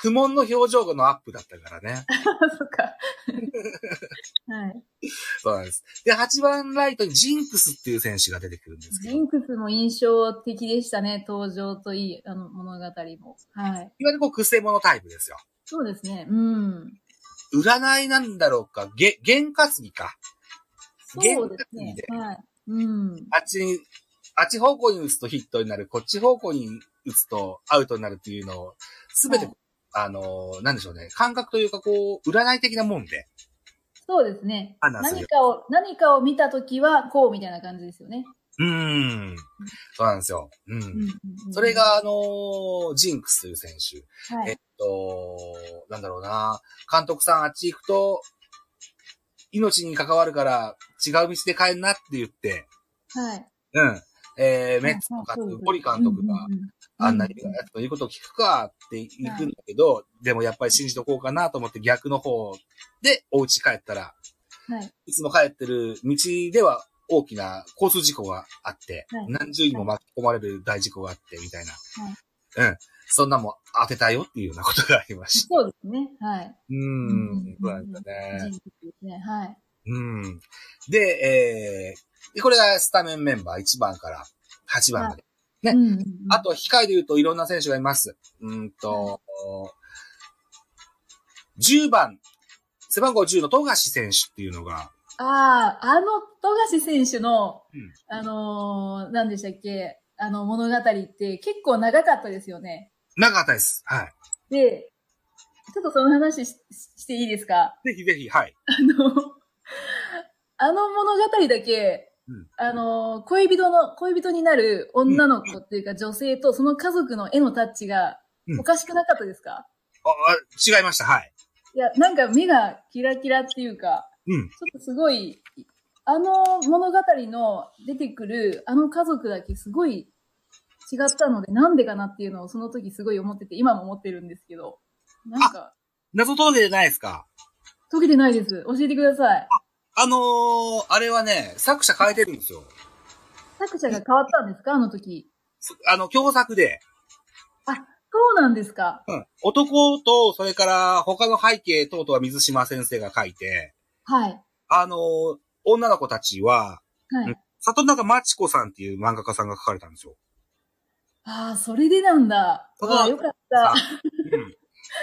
D: 苦悶の表情のアップだったから
E: (laughs)
D: ね。
E: あ (laughs) そっ
D: (laughs)
E: か。はい。
D: そうなんです。で、8番ライトにジンクスっていう選手が出てくるんですけど、
E: ジ
D: いわ
E: ンクスも印象的でしたね、登場といい、あの、物語も。はい。
D: ゆるこう、癖者タイプですよ。
E: そうですね、うん。
D: 占いなんだろうか、げ、験担ぎか。
E: そうです
D: 原
E: ね
D: 価で。
E: はい。うん。
D: あっちに、あっち方向に打つとヒットになる、こっち方向に打つとアウトになるっていうのを、すべて、
E: はい
D: あの、なんでしょうね、感覚というか、こう、占い的なもんで。
E: そうですね。
D: アナする
E: 何かを、何かを見たときは、こうみたいな感じですよね。
D: うーん。そうなんですよ。うん。
E: うんうんうん
D: それ、が、あのージンクスという選手。
E: は
D: えっ
E: い。
D: と、なんだろうな、監督さんあっち行くと、命に関わるから違う道で帰んなって言って、
E: はい。
D: うん。えー、メッツとか、
E: そうそうそう
D: ポリ監督が、
E: うんうんうん
D: あんなに、やつの言うことを聞くかって行くんだけど、でもやっぱり信じとこうかなと思って逆の方でお家帰ったら、
E: はい。
D: いつも帰ってる道では大きな交通事故があって、
E: はい
D: 何十人も巻き込まれる大事故があって、みたいな。
E: い
D: うん。そんなもん当てたよっていうようなことがありました。
E: そうですね。はい。
D: うーん。そうなんだ
E: 人
D: ね。
E: 物ですね。はい。
D: うん。で、えー、でこれがスタメンメンバー1番から8番まで。ね
E: うんうんうん
D: あ、と、控えで言うといろんな選手がいます。うーんと、10番、背番号10の富樫選手っていうのが、
E: ああ、あの、富樫選手の
D: うん、
E: あのー、何でしたっけ、あの、物語って結構長かったですよね。
D: 長かったです。はい。
E: で、ちょっとその話ししていいですか (laughs)
D: ぜひぜひ、はい。
E: あの、あの物語だけ、
D: うん
E: あの、恋人の、恋人になる女の子っていうか女性とその家族の絵のタッチが
D: うん
E: おかしくなかったですか、
D: ああ違いました、はい。
E: いや、なんか目がキラキラっていうか、
D: うん。
E: ちょっとすごい、あの物語の出てくるあの家族だけすごい違ったので、なんでかなっていうのをその時すごい思ってて、今も思ってるんですけど、なんか、
D: 謎解けじゃないですか。
E: 解けてないです。教えてください。
D: あのー、あれはね、作者変えてるんですよ。
E: 作者が変わったんですかあの時。
D: そあの、共作で。
E: そうなんですか
D: うん。男と、それから他の背景等々は水島先生が書いて、
E: はい。
D: あのー、女の子たちは、
E: は
D: うん
E: い。
D: 里中真知子さんっていう漫画家さんが書かれたんですよ。
E: ああ、それでなんだ。
D: そうなん
E: あ
D: だ
E: よかっ
D: さ
E: た
D: あ。
E: (laughs)
D: うん。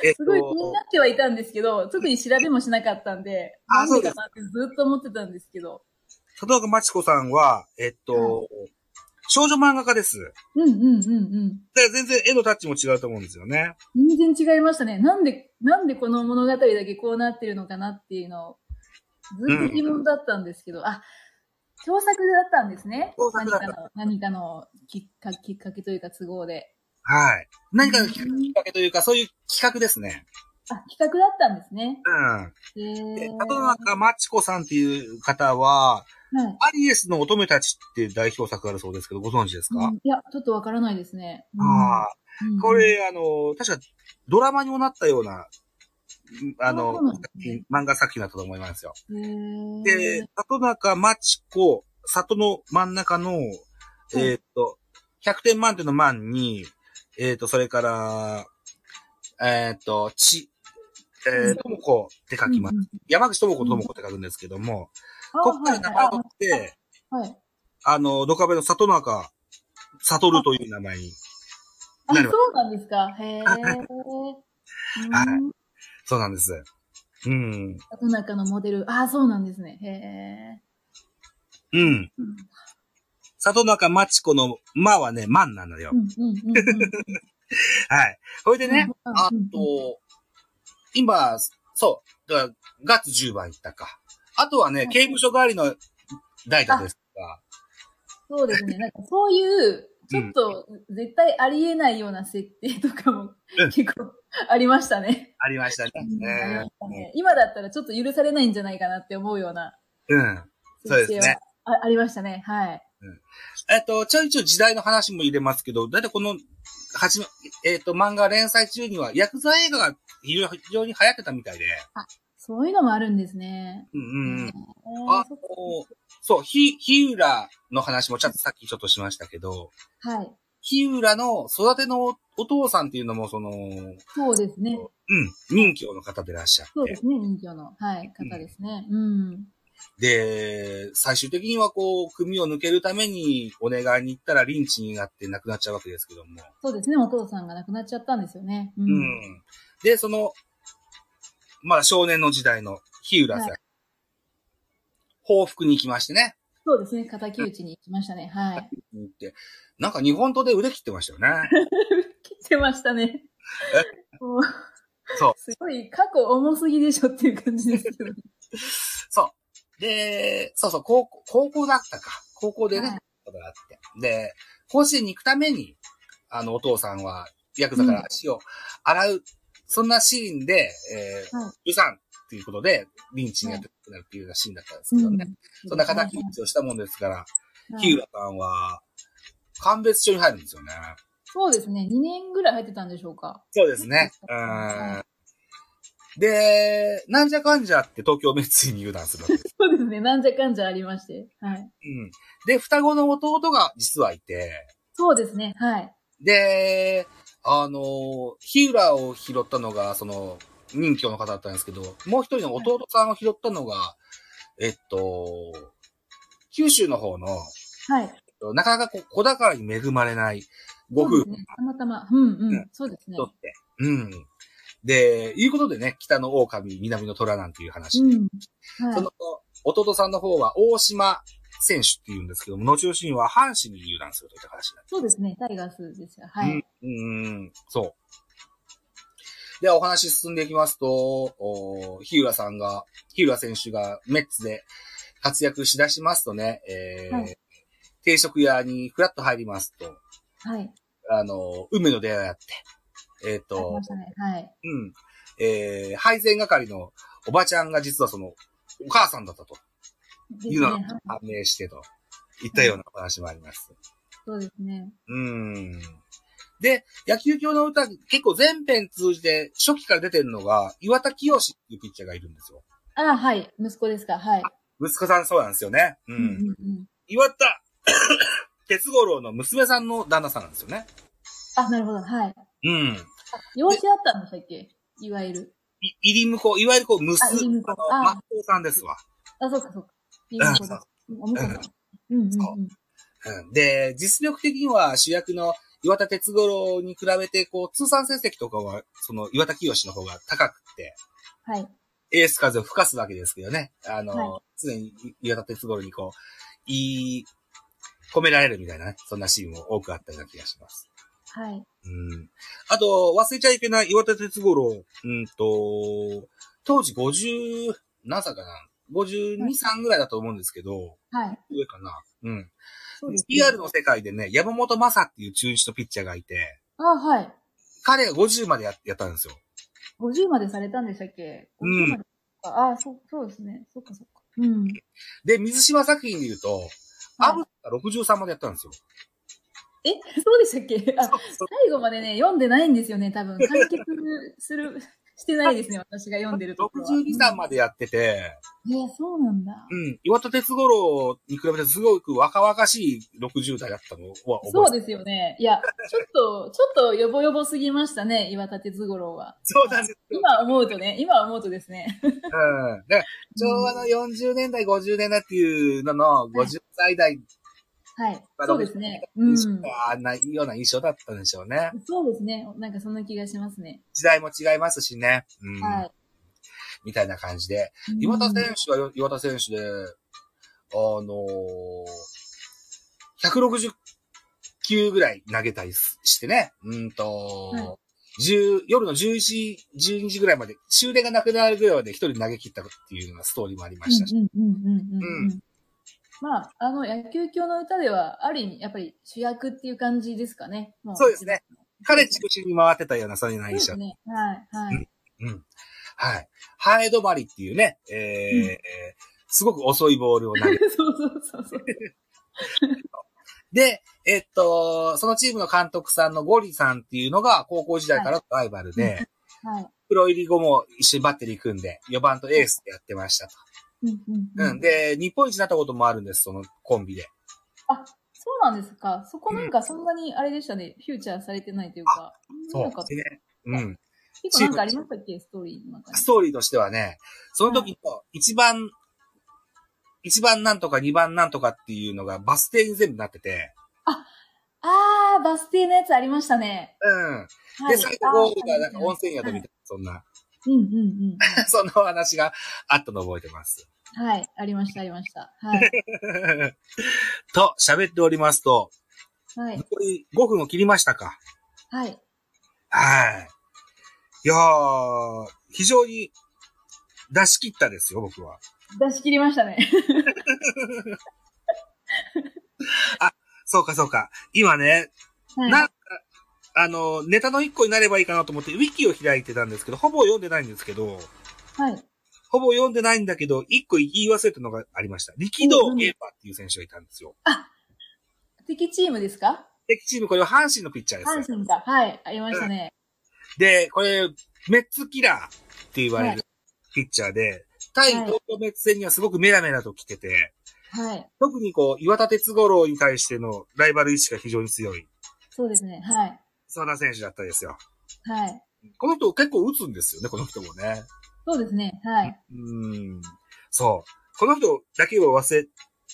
D: えっ
E: すごい気になってはいたんですけど、特に調べもしなかったんで、
D: あ
E: なんでかなってずっと思ってたんですけど。
D: 里中真知子さんは、えっと、少女漫画家です。
E: うんうんうんうん。
D: だから全然絵のタッチも違うと思うんですよね。
E: 全然違いましたね。なんで、なんでこの物語だけこうなってるのかなっていうのを、ずっと疑問だったんですけど、あ、共作だったんですね。
D: 共作だった
E: 何かの、何かのきっかきっかけというか都合で。
D: はい。何かのきっかけというか、そういう企画ですね。
E: あ、企画だったんですね。
D: うん。
E: へ
D: で
E: ー
D: 里中真知子さんっていう方は、
E: はい。
D: アリエスの乙女たちっていう代表作があるそうですけど、ご存知ですか、
E: うんいや、ちょっとわからないですね。うん
D: ああ。
E: うん
D: これ、あの、確かドラマにもなったような、うんあ
E: あ
D: の
E: そうなん、
D: 作
E: です
D: 品
E: ね
D: 漫画作品だったと思いますよ。
E: へー
D: で、里中真知子、里の真ん中の、えーっと、100点満点の満に、えーっと、それから、えーっと、ち、えー、ともこって書きます。
E: うんうん
D: 山口ともこともこって書くんですけども、こっから名前を取って、
E: あはいはいはいはい
D: あの、ドカベの里中、悟るという名前に
E: あ、
D: なるほど
E: そうなんですか。へえ。
D: (laughs)
E: うん
D: そうなんです。うん。
E: 世の中のモデル。あ、そうなんですね。へえ。
D: うん。
E: うん
D: 里中町子の、まはね、まんなのよ。
E: うんうんうんうん
D: はい。ほいでね、
E: うん
D: あと、今、そう、だからガッツ10番行ったか。あとはね、刑務所代わりの代打ですが、
E: そうですね。なんかそういう、ちょっと絶対ありえないような設定とかも
D: うん
E: 結構ありましたね。
D: ありましたね。
E: ありましたね今だったらちょっと許されないんじゃないかなって思うような
D: うん。そうですね
E: 設定はあありましたね。はい。
D: えっと、ちょいちょい時代の話も入れますけど、だいたいこの、はじめ、えっと、漫画連載中には、ヤクザ映画が非常非常に流行ってたみたいで、
E: そういうのもあるんですね。
D: うんうんうん。
E: うん
D: あの、そう、ひ、ひうらの話もちゃんとさっきちょっとしましたけど、
E: はい。
D: ひうらの育てのおお父さんっていうのも、その、う
E: そうですね。
D: ん、任教の方でいらっしゃっ
E: そうで
D: て、
E: すね。人魚の、はい、方ですね。うん。
D: で、最終的にはこう、組を抜けるためにお願いに行ったらリンチになって亡くなっちゃうわけですけども、
E: そうですね。お父さんが亡くなっちゃったんですよね。う
D: うん。。で、その、まだ少年の時代の日浦さん、
E: は
D: 報復に行きましてね、
E: そうですね。敵討ちに行きましたね。はい。
D: 行って、なんか日本刀で腕切ってましたよね。
E: 切ってましたね。もう
D: そう
E: すごい過去重すぎでしょっていう感じですけど。
D: そう。で、そうそう、高校、高校だったか。高校でね、
E: はい
D: ことがあって。で、甲子園に行くために、あの、お父さんは、ヤクザから足を洗う、そんなシーンで、えー、
E: は
D: うさんっていうことで、リンチにやってくなるっていうようなシーンだったんですけどね。
E: ん
D: そんな形打ちをしたもんですから、
E: はい
D: 日浦さんは、鑑別所に入るんですよね。
E: そうですね。2年ぐらい入ってたんでしょうか。
D: そうですね。う
E: は
D: ん。で、なんじゃかんじゃって東京メッツに入団するわけです。
E: (laughs) そうですね。なんじゃかんじゃありまして。は
D: う
E: い。
D: ん。で、双子の弟が実はいて、
E: そうですね。はい。
D: で、あの、日浦を拾ったのが、その、任教の方だったんですけど、もう一人の弟さんを拾ったのが、えっと、九州の方の、
E: はい。
D: なかなかこう子宝に恵まれないご夫婦
E: そうですねたまたま。うんう
D: うん
E: ん。そうですね
D: と。って。うん。で、いうことでね、北の狼、南の虎なんていう話。
E: うん。は
D: そ
E: い
D: の。、弟さんの方は大島選手っていうんですけども、後々には阪神に入団するといった話になって
E: そうですね。タイガースですよ。はい。
D: うん、うん、そう。では、お話進んでいきますと、お日浦さんが、日浦選手がメッツで活躍しだしますとね、えー
E: はい
D: 定食屋にフラッと入りますと、
E: はい。
D: あの、梅の出会いをやって、えっ、
E: あり
D: と
E: まし、たね。はい。
D: うん。えー、配膳係のおばちゃんが実はその、お母さんだったと
E: で
D: い
E: す
D: う
E: ね
D: のが
E: はい
D: 判明してと、いったようなお話もあります。
E: そうですね。
D: うん。で、野球教の歌、結構全編通じて初期から出てるのが、岩田清っていうピッチャーがいるんですよ。
E: ああ、はい。息子ですか。はい。
D: 息子さんそうなんですよね。うん。
E: うんうんうん
D: 岩田 (coughs) 哲五郎の娘さんの旦那さんなんですよね。
E: あ、なるほど。はい。
D: うん。
E: 養子あったんでしたっけいわゆる。
D: い、入り婿、いわゆるこう、娘、
E: あ入り婿
D: あの、
E: あ
D: マッコさんですわ。
E: あ、そうかそうか。いわゆるそうだお婿さん。うんうん
D: そう
E: うん。
D: うんで、実力的には主役の岩田哲五郎に比べて、こう、通算成績とかは、その岩田清の方が高くて、
E: はい。
D: エース風を吹かすわけですけどね。あの、
E: は
D: 常に岩田哲五郎にこう、いい、込められるみたいなね、そんなシーンも多くあったような気がします。
E: はい。
D: うん。あと、忘れちゃいけない岩田哲五郎、うんと、当時50、何歳かな ?52、
E: はい
D: 3ぐらいだと思うんですけど、
E: はい。
D: 上かなうん。
E: そうですね
D: PR の世界でね、山本正っていう中日のピッチャーがいて、
E: あ、はい。
D: 彼が50までややったんですよ。
E: 50までされたんでしたっけ
D: うん
E: 50までかああ、そう、そうですね。そっかそっか。うん。
D: で、水島作品で言うと、アブが63までやったんですよ。
E: え、そうでしたっけあ、最後までね、読んでないんですよね、多分。完結する、してないですね、私が読んでるところは。
D: 62歳までやってて、
E: で。えそうなんだ。
D: うん、岩田哲五郎に比べてすごく若々しい60代だったのは覚えて
E: そうですよね。いや、ちょっと、ちょっとよぼよぼすぎましたね、岩立哲五郎は。
D: そうなんですよ。
E: 今思うとね、今思うとですね。
D: うん。だから、昭和の40年代、50年代っていうのの、50歳代
E: はい。そうですね。うん。そ
D: あんなような印象だったんでしょうね。
E: うですね。なんかそんな気がしますね。
D: 時代も違いますしね。うん。
E: はい。
D: みたいな感じで。
E: うん
D: 岩田選手はよ岩田選手で、あのー、160球ぐらい投げたりすしてね、うんと、
E: は
D: 10夜の11時、12時ぐらいまで、終電がなくなるぐらいまで一人投げ切ったっていうようなストーリーもありましたし、
E: うんうんうんうんうん
D: う
E: うん。まあ、あの、野球教の歌では、ある意味、やっぱり主役っていう感じですかね。も
D: そうですね。彼中心に回ってたような、そういうような
E: そうで
D: 印象
E: す。ね。はい、はい。
D: うん。はい。ハエ止まりっていうね、えー
E: うん
D: えーすごく遅いボールを投げ
E: (laughs) そうそうそうそう。
D: で、えっと、そのチームの監督さんのゴリさんっていうのが高校時代からのライバルで、
E: はい。
D: プロ入り後も一緒にバッテリー組んで、4番とエースでやってましたと。
E: うんうん
D: うん。で、日本一になったこともあるんです、そのコンビで。
E: そうなんですか。そこなんかそんなにあれでしたね。フューチャーされてないというか。なんか
D: でね。うん。
E: 結構なんかありましたっけストーリーの中に。
D: ストーリーとしてはね、その時の一番、一番なんとか二番なんとかっていうのがバス停に全部なってて、
E: あー、バス停のやつありましたね。
D: うん。
E: は
D: で、
E: い、
D: 最後ゴールがなんか
E: あー
D: 温泉宿みたいな、そんな、 (laughs)
E: うんうんうん。
D: そんなお話があったのを覚えてます。 (laughs)
E: はい。ありました、ありました。はい。
D: と、喋っておりますと、
E: はい。
D: 残り5分を切りましたか。
E: はい。
D: はい。いやー、非常に出し切ったですよ、僕は。
E: 出し切りましたね。
D: そうか、そうか。今ね、
E: はい。
D: なんか、あの、ネタの一個になればいいかなと思って、ウィキを開いてたんですけど、ほぼ読んでないんですけど、
E: はい。
D: ほぼ読んでないんだけど、一個言い忘れたのがありました。力道ゲーパーっていう選手がいたんですよ。
E: 敵チームですか
D: 敵チーム、これは阪神のピッチャーです
E: 阪。神か。はい。ありましたね。
D: で、これ、メッツキラーって言われるピッチャーで、対
E: はい
D: 東京メッツ戦にはすごくメラメラと来てて、
E: はい。
D: 特にこう、岩田哲五郎に対してのライバル意識が非常に強い、
E: そうですね。はい。
D: そんな選手だったですよ。
E: はい。
D: この人結構打つんですよね、この人もね。
E: そうですね。はい。
D: うーん。そう。この人だけを忘れ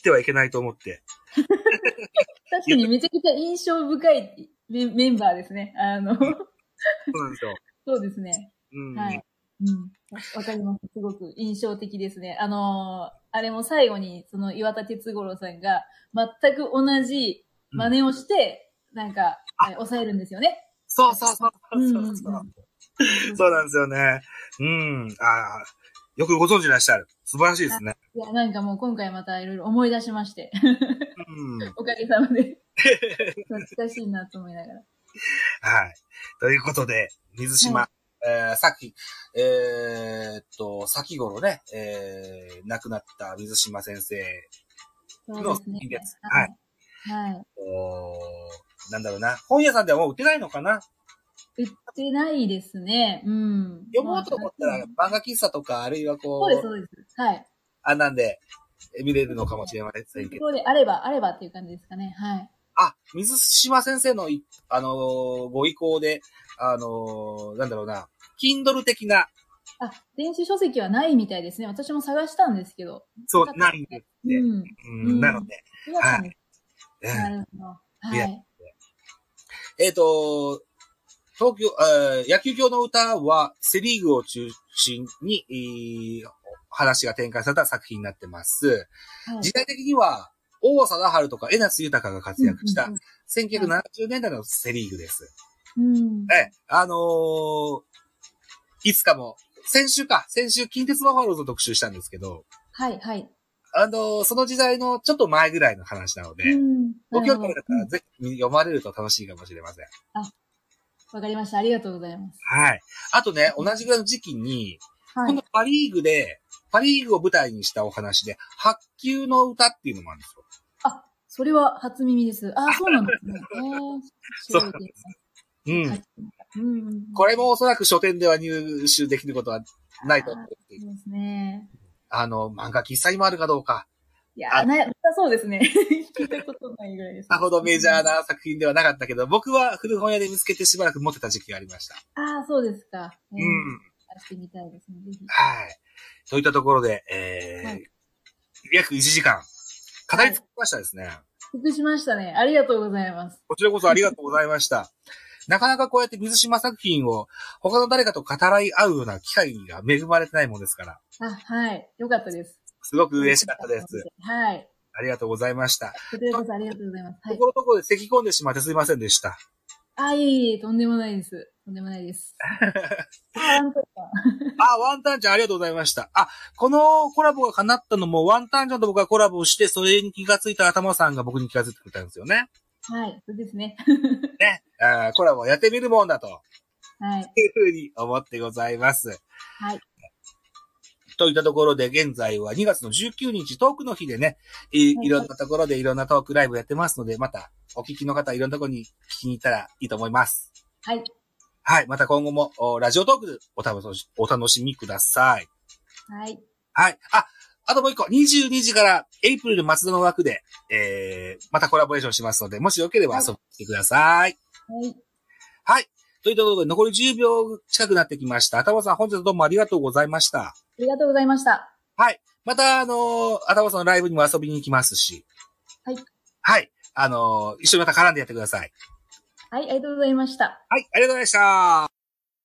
D: てはいけないと思って。
E: 確かにめちゃくちゃ印象深いメメンバーですね。あの、
D: そうなんですよ。
E: そうですね。
D: うん。
E: はい。うん。わかります。すごく印象的ですね。あのーあれも最後に、その岩田哲五郎さんが、全く同じ真似をして、なんか、えー抑えるんですよね。
D: そうそうそうそうそう
E: うんうんうん
D: そうなんですよね。うん。ああ、よくご存知でいらっしゃる。素晴らしいですね。
E: いや、なんかもう今回またいろいろ思い出しま (laughs) して、
D: うん。
E: おかげさま (laughs) で。懐かしいなと思いながら。
D: はい。ということで、水島、
E: は
D: えーさっき、えーっと、先頃ね、えー亡くなった水島先生、
E: そうですね
D: いいです。
E: はい。はい。
D: おーなんだろうな、本屋さんではもう売ってないのかな
E: 売ってないですね。うん。
D: 読もうと思ったら
E: まあ
D: 漫画喫茶とか、あるいはこ
E: そうです、
D: う、
E: そうです。はい。
D: あんなんでえ見れるのかもしれませんけど。
E: そうであれば、あればっていう感じですかね。はい。
D: あ、水島先生のい、あのーご意向で、あのーなんだろうな、Kindle 的な、
E: あ、電子書籍はないみたいですね。私も探したんですけど。
D: そう
E: な、かっ
D: な
E: た
D: いんで、
E: うん。
D: うん
E: うん
D: なので、
E: そうだったんです
D: うん
E: なるほど。はい
D: や
E: い。
D: えっ、と、東京、えー野球教の歌はセリーグを中心に、えー話が展開された作品になってます。
E: はい
D: 時代的には、王貞治とか江夏豊が活躍した
E: うんうん
D: 1970年代のセリーグです。
E: うん。
D: ええ、あのーいつかも、先週か、先週近鉄バファローズを特集したんですけど、
E: はい、はい。
D: あのーその時代のちょっと前ぐらいの話なので、
E: うん
D: ご
E: なる
D: 興
E: ほど
D: 味ある方はぜひ読まれると楽しいかもしれません。
E: わかりました。ありがとうございます。
D: はい。あとね、同じぐらいの時期に、
E: は
D: こ
E: い
D: の。パリーグで、パリーグを舞台にしたお話で、白球の歌っていうのもあるんですよ。
E: あ、それは初耳です。あ、そうなんですね。えー、
D: そう
E: 白いです
D: うん。
E: うんうん。
D: これもおそらく書店では入手できることはないと思う
E: そうですね。
D: あの、漫画喫茶にもあるかどうか、
E: いや
D: あ
E: ー、な、なさそうですね。 (laughs) 聞いたことないぐらいです。
D: さほどメジャー。な作品ではなかったけど、僕は古本屋で見つけてしばらく持ってた時期がありました。
E: ああ、そうですか。う
D: う。ん。
E: 出してみたいですね。ぜひ。
D: はい。といったところで、えー
E: はい
D: 約1時間、語り尽くしましたですね。
E: 得しましたね。ありがとうございます。
D: こちらこそありがとうございました。なかなかこうやって水島作品を他の誰かと語らい合うような機会が恵まれてないもんですから、
E: あ、はい。よかったです。
D: すごく嬉しかったです。。
E: はい。
D: ありがとうございました。
E: こちらこそありがとうございます。は
D: と
E: い
D: こ。ろどころで咳き込んでしまってすいませんでした。
E: あ、いえいえ、とんでもないです。とんでもな
D: (laughs)
E: いです。あ、本当ですか
D: あ、ワンタンちゃんありがとうございました。あ、このコラボが叶ったのも、ワンタンちゃんと僕がコラボをして、それに気がついた頭さんが僕に気がついてくれたんですよね。
E: はい。そうですね。
D: ね。あーコラボやってみるもんだと、
E: はい。
D: いうふうに思ってございます。
E: はい。
D: といったところで、現在は2月の19日、トークの日でね、い
E: はい
D: いろんなところでいろんなトークライブやってますので、また、お聞きの方、いろんなところに聞きに行ったらいいと思います。
E: はい。
D: はい。また今後も、おラジオトークでお楽しお楽しみください。
E: はい。
D: はい。あ、あともう一個、22時から、エイプリル松田の枠で、えー、またコラボレーションしますので、もしよければ遊びに来てください。
E: はい。
D: はい。ということで、残り10秒近くなってきました。あたまさん、本日はどうもありがとうございました。
E: ありがとうございました。
D: また、あのー、あたまさんのライブにも遊びに行きますし。
E: はい。
D: はい。あのー一緒にまた絡んでやってください。
E: はい。ありがとうございました。
D: はい、ありがとうございました。